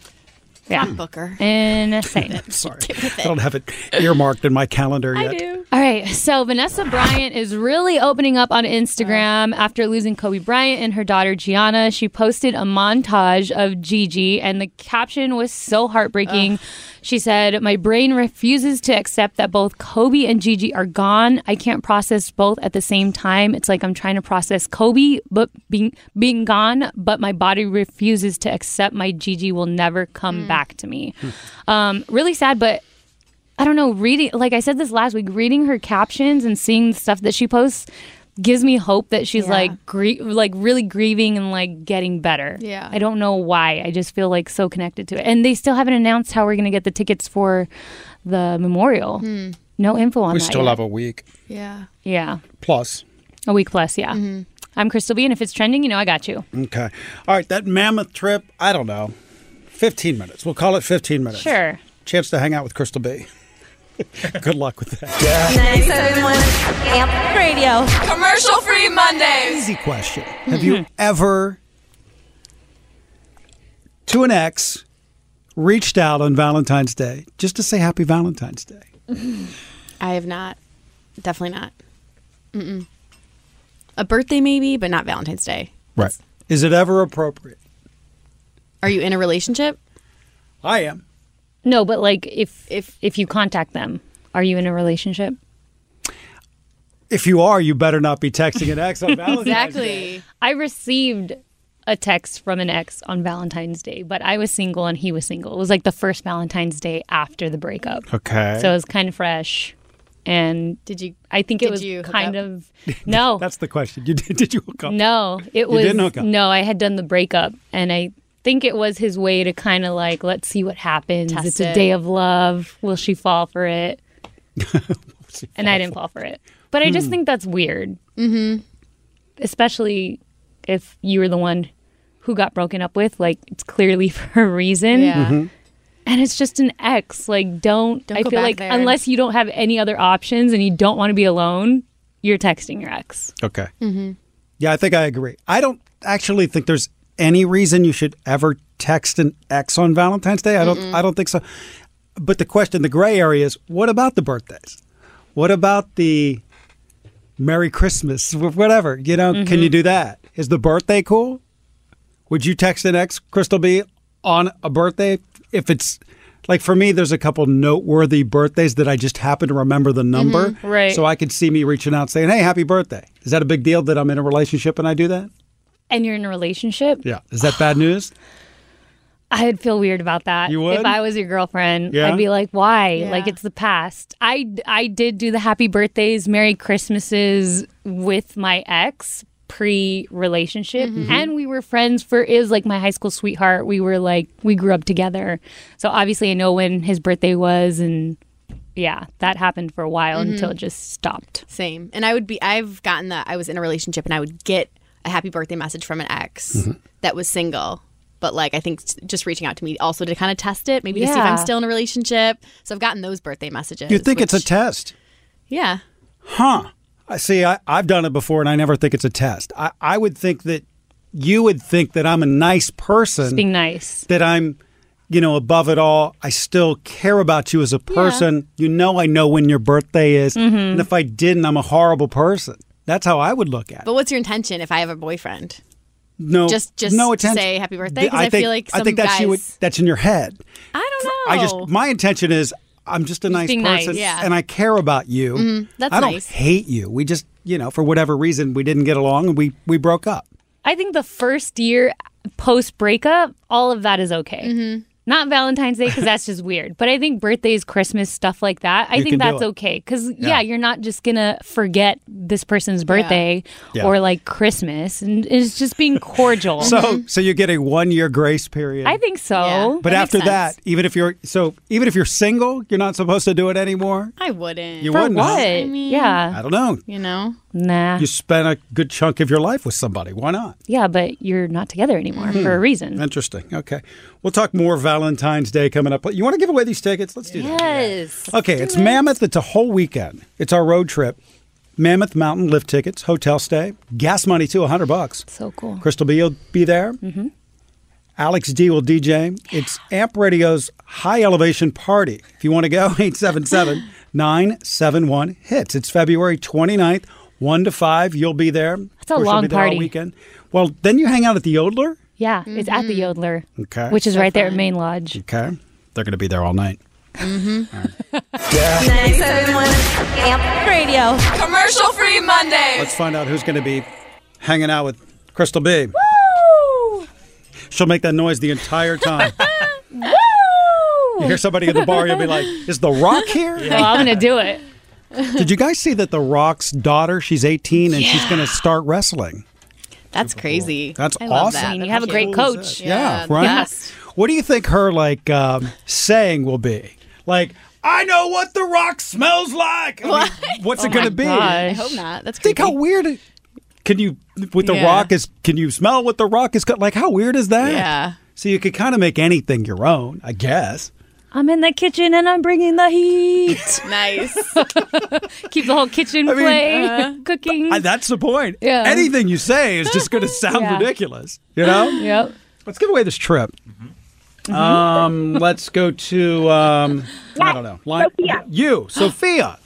[SPEAKER 6] yeah.
[SPEAKER 7] Booker.
[SPEAKER 6] Insane.
[SPEAKER 5] Sorry. I don't have it earmarked in my calendar yet.
[SPEAKER 6] All right, so Vanessa Bryant is really opening up on Instagram after losing Kobe Bryant and her daughter Gianna. She posted a montage of Gigi, and the caption was so heartbreaking. She said, My brain refuses to accept that both Kobe and Gigi are gone. I can't process both at the same time. It's like I'm trying to process Kobe, but being, being gone, but my body refuses to accept my Gigi will never come back to me. Um, really sad, but I don't know, reading, like I said this last week, reading her captions and seeing the stuff that she posts, gives me hope that she's
[SPEAKER 7] Yeah.
[SPEAKER 6] like grie- like really grieving and like getting better.
[SPEAKER 7] Yeah.
[SPEAKER 6] I don't know why. I just feel like so connected to it. And they still haven't announced how we're going to get the tickets for the memorial.
[SPEAKER 7] Hmm.
[SPEAKER 6] No info on
[SPEAKER 17] we
[SPEAKER 6] that.
[SPEAKER 17] still
[SPEAKER 6] yet.
[SPEAKER 17] have a week
[SPEAKER 7] Yeah.
[SPEAKER 6] Yeah.
[SPEAKER 17] plus.
[SPEAKER 6] A week plus, yeah.
[SPEAKER 7] Mm-hmm.
[SPEAKER 6] I'm Crystal B and if it's trending, you know I got you.
[SPEAKER 5] Okay. All right. That mammoth trip, I don't know. 15 minutes. We'll call it 15 minutes.
[SPEAKER 6] Sure.
[SPEAKER 5] Chance to hang out with Crystal B. Good luck with that.
[SPEAKER 9] 971 Amp Radio. Commercial free Mondays.
[SPEAKER 5] Easy question. Have you
[SPEAKER 6] Mm-hmm.
[SPEAKER 5] ever, to an ex, reached out on Valentine's Day just to say Happy Valentine's Day?
[SPEAKER 7] I have not. Definitely not. Mm-mm. A birthday maybe, but not Valentine's Day.
[SPEAKER 5] Right. Is it ever appropriate?
[SPEAKER 7] Are you in a relationship?
[SPEAKER 5] I am.
[SPEAKER 6] No, but like if if if you contact them, are you in a relationship?
[SPEAKER 5] If you are, you better not be texting an ex on Valentine's
[SPEAKER 6] exactly. I received a text from an ex on Valentine's Day, but I was single and he was single. It was like the first Valentine's Day after the breakup.
[SPEAKER 5] Okay.
[SPEAKER 6] So it was kind of fresh. And
[SPEAKER 7] did you?
[SPEAKER 6] I think it
[SPEAKER 7] did
[SPEAKER 6] was
[SPEAKER 7] you hook
[SPEAKER 6] kind
[SPEAKER 7] up?
[SPEAKER 6] of no.
[SPEAKER 5] That's the question. You did, did you hook up?
[SPEAKER 6] No,
[SPEAKER 5] You
[SPEAKER 6] it was
[SPEAKER 5] didn't hook up.
[SPEAKER 6] no. I had done the breakup, and I think it was his way to kind of like let's see what happens.
[SPEAKER 7] Test
[SPEAKER 6] it's a
[SPEAKER 7] it.
[SPEAKER 6] day of love. Will she fall for it? and I didn't fall for it, but I just
[SPEAKER 7] Hmm.
[SPEAKER 6] think that's weird,
[SPEAKER 7] Mm-hmm.
[SPEAKER 6] especially if you were the one who got broken up with. Like it's clearly for a reason.
[SPEAKER 7] Yeah.
[SPEAKER 5] Mm-hmm.
[SPEAKER 7] Mhm.
[SPEAKER 6] And it's just an ex. Like, don't.
[SPEAKER 7] Don't
[SPEAKER 6] I
[SPEAKER 7] go
[SPEAKER 6] feel
[SPEAKER 7] back
[SPEAKER 6] like
[SPEAKER 7] there.
[SPEAKER 6] unless you don't have any other options and you don't want to be alone, you're texting your ex.
[SPEAKER 5] Okay.
[SPEAKER 6] Mm-hmm.
[SPEAKER 5] Yeah, I think I agree. I don't actually think there's any reason you should ever text an ex on Valentine's Day. I don't
[SPEAKER 17] Mm-mm.
[SPEAKER 5] I don't think so. But the question, the gray area is what about the birthdays? What about the Merry Christmas? Wh- Whatever. You know, can you do that? Is the birthday cool? Would you text an ex, Crystal B, on a birthday if it's like for me, there's a couple noteworthy birthdays that I just happen to remember the number.
[SPEAKER 6] Mhm. Right.
[SPEAKER 5] So I could see me reaching out saying, Hey, happy birthday. Is that a big deal that I'm in a relationship and I do that?
[SPEAKER 6] And you're in a relationship.
[SPEAKER 5] Yeah. Is that bad news?
[SPEAKER 6] I'd feel weird about that.
[SPEAKER 5] You would?
[SPEAKER 6] If I was your girlfriend,
[SPEAKER 5] Yeah?
[SPEAKER 6] I'd be like, why?
[SPEAKER 5] Yeah.
[SPEAKER 6] Like, it's the past. I, I did do the happy birthdays, Merry Christmases with my ex pre relationship.
[SPEAKER 3] Mhm.
[SPEAKER 6] And we were friends for is like my high school sweetheart. We were like, we grew up together. So obviously, I know when his birthday was. And yeah, that happened for a while
[SPEAKER 7] Mhm.
[SPEAKER 6] until it just stopped.
[SPEAKER 7] Same. And I would be. I've gotten that. I was in a relationship, and I would get a happy birthday message from an ex
[SPEAKER 5] Mm-hmm.
[SPEAKER 6] Mhm.
[SPEAKER 7] that was single. But like, I think s- just reaching out to me also to kind of test it, maybe to see if
[SPEAKER 5] Yeah.
[SPEAKER 7] I'm still in a relationship. So I've gotten those birthday messages.
[SPEAKER 5] You think it's a test.
[SPEAKER 7] yeah?
[SPEAKER 5] Huh. I see I, I've done it before and I never think it's a test. I, I would think that you would think that I'm a nice person.
[SPEAKER 6] Just being nice.
[SPEAKER 5] That I'm you know, above it all, I still care about you as a person. You know I know when your birthday is.
[SPEAKER 7] Mhm.
[SPEAKER 5] And if I didn't, I'm a horrible person. That's how I would look at it.
[SPEAKER 7] But what's your intention if I have a boyfriend?
[SPEAKER 5] No,
[SPEAKER 7] Just- just
[SPEAKER 5] no attention.
[SPEAKER 7] say happy birthday? 'Cause I feel like
[SPEAKER 5] I think
[SPEAKER 7] some
[SPEAKER 5] that's you
[SPEAKER 7] guys-
[SPEAKER 5] that's in your head.
[SPEAKER 7] I don't know.
[SPEAKER 5] I just my intention is I'm just a nice
[SPEAKER 7] being Oh. nice.
[SPEAKER 5] person,
[SPEAKER 7] Yeah.
[SPEAKER 5] and I care about you.
[SPEAKER 7] Mhm. That's
[SPEAKER 5] I don't
[SPEAKER 7] nice.
[SPEAKER 5] hate you. We just you know for whatever reason we didn't get along and we we broke up.
[SPEAKER 6] I think the first year post breakup, all of that is okay.
[SPEAKER 7] Mm-hmm.
[SPEAKER 6] Not Valentine's Day because that's just weird. But I think birthdays, Christmas, stuff like that, I
[SPEAKER 3] You
[SPEAKER 6] think
[SPEAKER 3] can do
[SPEAKER 6] that's
[SPEAKER 3] it.
[SPEAKER 6] okay. Because, yeah.
[SPEAKER 3] Yeah.
[SPEAKER 6] you're not just going to forget this person's birthday
[SPEAKER 5] Yeah.
[SPEAKER 6] or like Christmas. And it's just being cordial.
[SPEAKER 5] So so you get a one year grace period.
[SPEAKER 6] Mm-hmm. I think so.
[SPEAKER 5] but after that, even if you're so even if you're single, you're not supposed to do it anymore.
[SPEAKER 7] I wouldn't.
[SPEAKER 5] You For wouldn't, huh? what?
[SPEAKER 7] I mean, uh,
[SPEAKER 6] Yeah.
[SPEAKER 5] I don't know.
[SPEAKER 7] You know.
[SPEAKER 6] Nah.
[SPEAKER 5] You spent a good chunk of your life with somebody. Why not?
[SPEAKER 6] yeah, but you're not together anymore for a
[SPEAKER 5] Hmm.
[SPEAKER 6] reason.
[SPEAKER 5] Interesting. Okay. We'll talk more Valentine's Day coming up. You want to give away these tickets? Let's do that.
[SPEAKER 6] Yes.
[SPEAKER 5] Okay, it's Mammoth. It's a whole weekend. It's our road trip. Mammoth Mountain lift tickets, hotel stay, gas money too, 100 bucks.
[SPEAKER 6] So cool.
[SPEAKER 5] Crystal B will be there. Mm-hmm. Alex D will DJ. It's Amp Radio's high elevation party. If you want to go, 877 971 HITS. It's February 29th, 1 to 5. You'll be there. That's
[SPEAKER 6] a long party.
[SPEAKER 5] weekend. Well, then you hang out at the Odler.
[SPEAKER 6] Yeah, it's at the
[SPEAKER 7] Mm-hmm.
[SPEAKER 6] Yodler,
[SPEAKER 5] Okay.
[SPEAKER 6] which is right there at Main Lodge.
[SPEAKER 5] Okay. They're going to be there all night.
[SPEAKER 9] Mm-hmm.
[SPEAKER 5] Yeah.
[SPEAKER 9] 971 Amp Radio. Commercial free Mondays.
[SPEAKER 5] Let's find out who's going to be hanging out with Crystal B. Woo! She'll make that noise the entire time.
[SPEAKER 6] Woo!
[SPEAKER 5] you hear somebody at the bar, you'll be like, "Is the Rock here?"
[SPEAKER 6] Well, I'm going to do it.
[SPEAKER 5] Did you guys see that The Rock's daughter? She's 18 and she's going to start wrestling.
[SPEAKER 7] That's crazy.
[SPEAKER 5] That's I love awesome. that.
[SPEAKER 6] You have a great coach.
[SPEAKER 5] Yeah, right. What do you think her like um, saying will be? Like, I know what The Rock smells like. I mean,
[SPEAKER 6] Oh
[SPEAKER 5] what's it going to be?
[SPEAKER 7] I hope not. That's
[SPEAKER 5] Think how weird. It, can you with The
[SPEAKER 7] Yeah.
[SPEAKER 5] Rock is? Can you smell what The Rock is? co- Like, how weird is that?
[SPEAKER 6] Yeah.
[SPEAKER 5] So you could kind of make anything your own, I guess.
[SPEAKER 6] I'm in the kitchen and I'm bringing the heat.
[SPEAKER 7] nice.
[SPEAKER 6] Keep the whole kitchen
[SPEAKER 5] I mean,
[SPEAKER 6] play
[SPEAKER 5] uh,
[SPEAKER 6] cooking.
[SPEAKER 5] I- that's the point.
[SPEAKER 6] Yeah.
[SPEAKER 5] Anything you say is just going to sound
[SPEAKER 6] Yeah.
[SPEAKER 5] ridiculous. You know.
[SPEAKER 6] Yep.
[SPEAKER 5] Let's give away this trip. Um, let's go to um, I don't know. Line-
[SPEAKER 2] Sophia.
[SPEAKER 5] You, Sophia.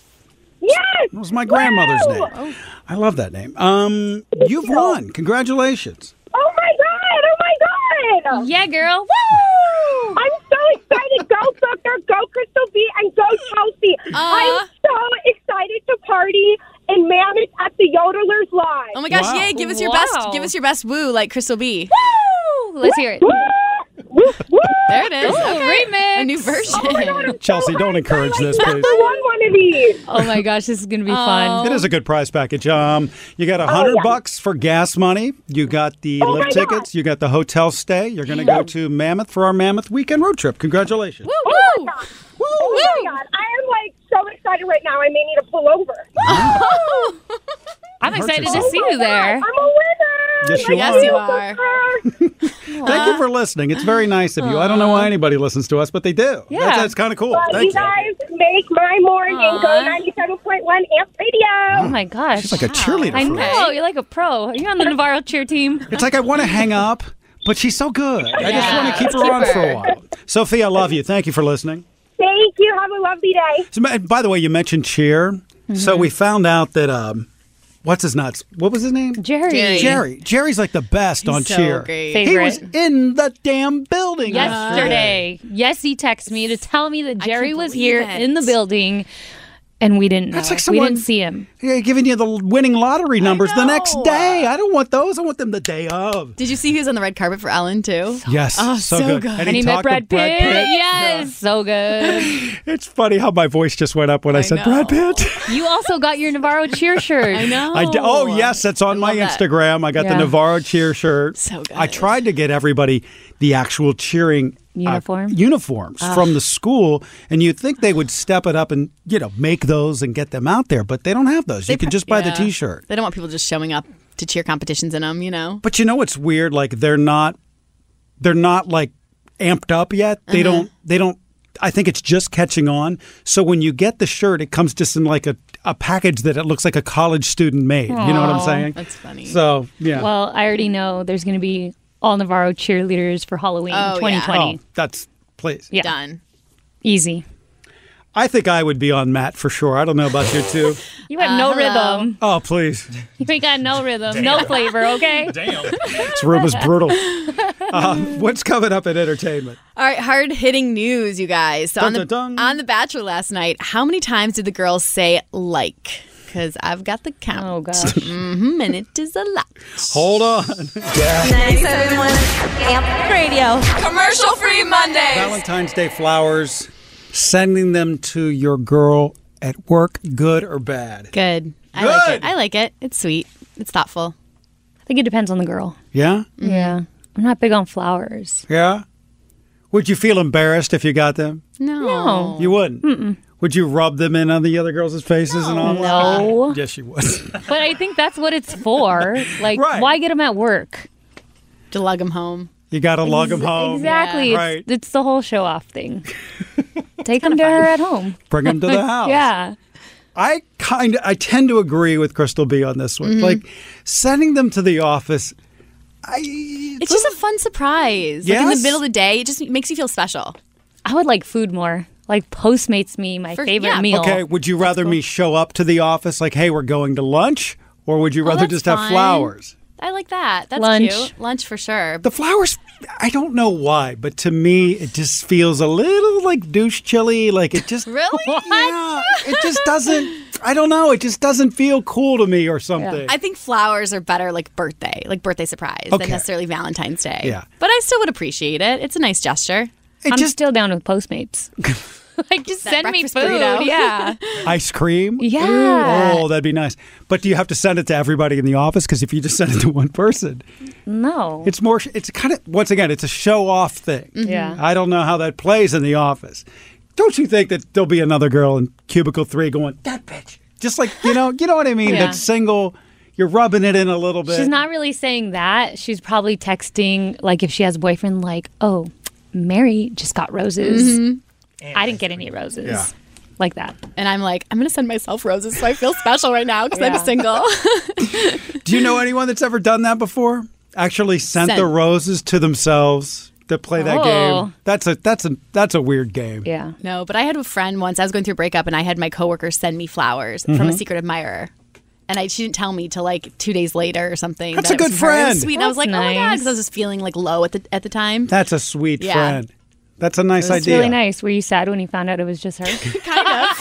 [SPEAKER 2] Yes.
[SPEAKER 5] That was my grandmother's name. I love that name. Um, you've won. Congratulations.
[SPEAKER 2] Oh my god! Oh my god!
[SPEAKER 6] Yeah, girl.
[SPEAKER 2] Woo! I'm so excited. Go Booker, go Crystal B, and go Chelsea.
[SPEAKER 9] Uh-huh.
[SPEAKER 2] I'm so excited to party in Mammoth at the Yodelers Live.
[SPEAKER 7] Oh my gosh! Yay! Give us your best. Give us your best woo, like Crystal B.
[SPEAKER 6] Woo! Let's hear it.
[SPEAKER 7] there it is.
[SPEAKER 6] Ooh,
[SPEAKER 7] okay. Oh
[SPEAKER 6] remix.
[SPEAKER 7] A new version.
[SPEAKER 5] Chelsea, don't encourage this, please.
[SPEAKER 2] won one of these.
[SPEAKER 6] Oh my gosh, this is gonna be fun.
[SPEAKER 5] It is a good prize package. Um, you
[SPEAKER 2] Oh,
[SPEAKER 5] got a hundred bucks for gas money. You got the
[SPEAKER 6] Oh
[SPEAKER 5] lift
[SPEAKER 6] my
[SPEAKER 5] tickets. You got the hotel stay. You're going to go to Mammoth for our Mammoth weekend road trip. Congratulations.
[SPEAKER 2] Oh my god! Oh my god! I am like so excited right now. I may need to pull over.
[SPEAKER 6] I'm excited to
[SPEAKER 2] yourself.
[SPEAKER 6] see
[SPEAKER 2] Oh my
[SPEAKER 6] you there.
[SPEAKER 2] I'm a winner.
[SPEAKER 5] Yes, you
[SPEAKER 2] Yes,
[SPEAKER 5] are.
[SPEAKER 2] you are.
[SPEAKER 5] Thank you for listening. It's very nice of you. I don't know why anybody listens to us, but they do.
[SPEAKER 2] Yeah.
[SPEAKER 5] That's, that's kind of cool.
[SPEAKER 2] Well, you
[SPEAKER 5] Thank you.
[SPEAKER 2] guys make my morning.
[SPEAKER 6] Aw.
[SPEAKER 2] Go 97.1 Amp Radio.
[SPEAKER 6] Oh my gosh.
[SPEAKER 5] She's like a cheerleader
[SPEAKER 6] I
[SPEAKER 5] for us.
[SPEAKER 6] know. You're like a pro. You're on the Navarro cheer team.
[SPEAKER 5] It's like I want to hang up, but she's so good. I just
[SPEAKER 6] Yeah,
[SPEAKER 5] want to keep
[SPEAKER 6] let's
[SPEAKER 5] her
[SPEAKER 6] keep
[SPEAKER 5] on for
[SPEAKER 6] her.
[SPEAKER 5] a while. Sophie, I love you. Thank you for listening.
[SPEAKER 2] Thank you. Have a lovely day.
[SPEAKER 5] So, and by the way, you mentioned cheer.
[SPEAKER 2] Mm-hmm.
[SPEAKER 5] So we found out that um, what's his nuts? What was his name?
[SPEAKER 6] Jerry.
[SPEAKER 5] Jerry. Jerry's like the best on
[SPEAKER 6] so
[SPEAKER 5] cheer.
[SPEAKER 6] great.
[SPEAKER 5] He was
[SPEAKER 6] Favorite.
[SPEAKER 5] in the damn building
[SPEAKER 6] Yesterday. Yes, he texted me to tell me that Jerry was here
[SPEAKER 5] it.
[SPEAKER 6] in the building and we didn't know.
[SPEAKER 5] That's like
[SPEAKER 6] we
[SPEAKER 5] someone-
[SPEAKER 6] didn't see him.
[SPEAKER 5] Yeah, giving you the winning lottery numbers the next day. I don't want those. I want them the day of.
[SPEAKER 7] Did you see who's on the red carpet for Ellen too?
[SPEAKER 5] Yes,
[SPEAKER 7] Oh,
[SPEAKER 5] so
[SPEAKER 7] so,
[SPEAKER 5] good.
[SPEAKER 7] good.
[SPEAKER 5] And he And he met talked to Brad Brad Pitt. Pitt.
[SPEAKER 6] Yes, so good.
[SPEAKER 5] It's funny how my voice just went up when I, said Brad Pitt.
[SPEAKER 6] You also got your Navarro cheer shirt. I know.
[SPEAKER 5] I d- oh yes, that's on my
[SPEAKER 6] love that.
[SPEAKER 5] Instagram. I got
[SPEAKER 6] Yeah.
[SPEAKER 5] the Navarro cheer shirt. So good. I tried to get everybody the actual cheering uh,
[SPEAKER 6] Uniform?
[SPEAKER 5] uniforms
[SPEAKER 6] Ah.
[SPEAKER 5] from the school, and you'd think they would step it up and you know make those and get them out there, but they don't have those. you can just buy the
[SPEAKER 7] Yeah.
[SPEAKER 5] T-shirt.
[SPEAKER 7] They don't want people just showing up to cheer competitions in them, you know.
[SPEAKER 5] But you know what's weird? Like they're not, they're not like amped up yet. They
[SPEAKER 7] Uh-huh.
[SPEAKER 5] don't. They don't. I think it's just catching on. So when you get the shirt, it comes just in like a, a package that it looks like a college student made. You know what I'm
[SPEAKER 6] Aw.
[SPEAKER 5] saying?
[SPEAKER 6] That's
[SPEAKER 7] funny.
[SPEAKER 5] So yeah.
[SPEAKER 6] Well, I already know there's going to be all Navarro cheerleaders for Halloween
[SPEAKER 7] Oh, yeah.
[SPEAKER 6] 2020.
[SPEAKER 5] Oh, that's please.
[SPEAKER 6] Yeah.
[SPEAKER 7] Done.
[SPEAKER 6] Easy.
[SPEAKER 5] I think I would be on Matt for sure. I don't know about you two.
[SPEAKER 6] You have no rhythm.
[SPEAKER 5] oh please,
[SPEAKER 6] You ain't Uh, got no rhythm, no flavor, okay?
[SPEAKER 5] this room is brutal. Um, what's coming up in entertainment?
[SPEAKER 7] All right, hard hitting news, you guys. So on the on the Bachelor last night, how many times did the girls say like? Because I've got the count. Oh
[SPEAKER 6] gosh,
[SPEAKER 7] mm-hmm, and it is a lot.
[SPEAKER 5] Hold on.
[SPEAKER 9] 971 Amp Radio. Commercial free Mondays.
[SPEAKER 5] Valentine's Day flowers, sending them to your girl at work, good or bad?
[SPEAKER 7] Good. I like
[SPEAKER 5] Good.
[SPEAKER 7] it. I like it. It's sweet. It's thoughtful.
[SPEAKER 6] I think it depends on the girl.
[SPEAKER 5] Yeah?
[SPEAKER 6] Yeah. I'm not big on flowers.
[SPEAKER 5] Yeah? Would you feel embarrassed if you got them?
[SPEAKER 7] No.
[SPEAKER 5] You wouldn't. Would you rub them in on the other girls' faces and all that?
[SPEAKER 6] No.
[SPEAKER 5] Yes, you would.
[SPEAKER 6] But I think that's what it's for. Like, why get them at work?
[SPEAKER 7] To lug them home.
[SPEAKER 5] You got to lug them home.
[SPEAKER 6] Exactly. It's,
[SPEAKER 5] Oh, Right.
[SPEAKER 6] it's the whole show off thing. Take them to her at home.
[SPEAKER 5] Bring them to the house.
[SPEAKER 6] yeah.
[SPEAKER 5] I kind of, I tend to agree with Crystal B on this one.
[SPEAKER 7] Mhm.
[SPEAKER 5] Like sending them to the office,
[SPEAKER 7] It's just a fun surprise. Like in
[SPEAKER 6] Yes?
[SPEAKER 7] the middle of the day, it just makes you feel special.
[SPEAKER 6] I would like food more. Like Postmates me my
[SPEAKER 7] For-
[SPEAKER 6] favorite
[SPEAKER 7] yeah.
[SPEAKER 6] meal.
[SPEAKER 5] Okay, would you rather me show up to the office like, hey, we're going to lunch? Or would you rather
[SPEAKER 7] Oh, that's
[SPEAKER 5] just have
[SPEAKER 7] fun.
[SPEAKER 5] flowers?
[SPEAKER 7] I like that. That's
[SPEAKER 6] Lunch.
[SPEAKER 7] cute. Lunch for sure.
[SPEAKER 5] The flowers, I don't know why, but to me, it just feels a little like douche chilly. Like it just,
[SPEAKER 7] Really?
[SPEAKER 5] Yeah. it just doesn't, I don't know, it just doesn't feel cool to me or something.
[SPEAKER 7] I think flowers are better like birthday, like birthday surprise
[SPEAKER 5] Okay.
[SPEAKER 7] than necessarily Valentine's Day.
[SPEAKER 5] Yeah.
[SPEAKER 7] But I still would appreciate it. It's a nice gesture.
[SPEAKER 6] I'm still down with Postmates. like just send me
[SPEAKER 7] breakfast
[SPEAKER 6] food.
[SPEAKER 7] burrito.
[SPEAKER 6] Yeah.
[SPEAKER 5] Ice cream?
[SPEAKER 6] Yeah.
[SPEAKER 5] Ooh, Oh, that'd be nice. But do you have to send it to everybody in the office? Because if you just send it to one person,
[SPEAKER 6] No.
[SPEAKER 5] it's more, it's kind of, once again, it's a show off thing.
[SPEAKER 6] Mhm. Yeah.
[SPEAKER 5] I don't know how that plays in the office. Don't you think that there'll be another girl in cubicle three going, that bitch? Just like, you know, you know what I mean?
[SPEAKER 6] Yeah.
[SPEAKER 5] That's single, you're rubbing it in a little bit.
[SPEAKER 6] She's not really saying that. She's probably texting, like, if she has a boyfriend, like, oh, Mary just got roses.
[SPEAKER 7] Mhm.
[SPEAKER 6] I didn't get any roses.
[SPEAKER 7] Yeah.
[SPEAKER 6] Like that.
[SPEAKER 7] And I'm like, I'm going to send myself roses so I feel special right now because I'm
[SPEAKER 6] Yeah.
[SPEAKER 7] single.
[SPEAKER 5] Do you know anyone that's ever done that before? Actually sent, the
[SPEAKER 7] Sent.
[SPEAKER 5] roses to themselves to play that
[SPEAKER 7] Oh.
[SPEAKER 5] game. That's a that's a that's a weird game.
[SPEAKER 6] Yeah.
[SPEAKER 7] No, but I had a friend once. I was going through a breakup and I had my coworker send me flowers from a
[SPEAKER 5] Mhm.
[SPEAKER 7] secret admirer. And I, she didn't tell me till like two days later or something.
[SPEAKER 5] That's
[SPEAKER 7] that
[SPEAKER 5] a
[SPEAKER 7] it
[SPEAKER 5] good
[SPEAKER 7] was her. It was
[SPEAKER 5] friend.
[SPEAKER 7] Sweet. And I was like,
[SPEAKER 5] That's
[SPEAKER 7] oh my god,
[SPEAKER 6] nice.
[SPEAKER 7] because I was just feeling like low at the at the time.
[SPEAKER 5] That's a sweet
[SPEAKER 7] Yeah.
[SPEAKER 5] friend. That's a nice
[SPEAKER 6] It's
[SPEAKER 5] idea.
[SPEAKER 6] really nice. Were you sad when you found out it was just her? kind of.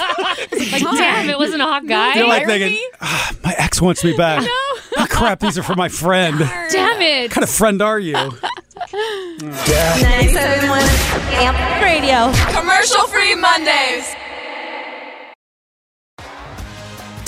[SPEAKER 6] like, damn, it wasn't a hot guy.
[SPEAKER 5] You're like thinking, "Ah, my ex wants me back. Oh, crap, these are for my friend. What
[SPEAKER 6] damn it.
[SPEAKER 5] kind of friend are you?
[SPEAKER 9] Amp Radio. Commercial free Mondays.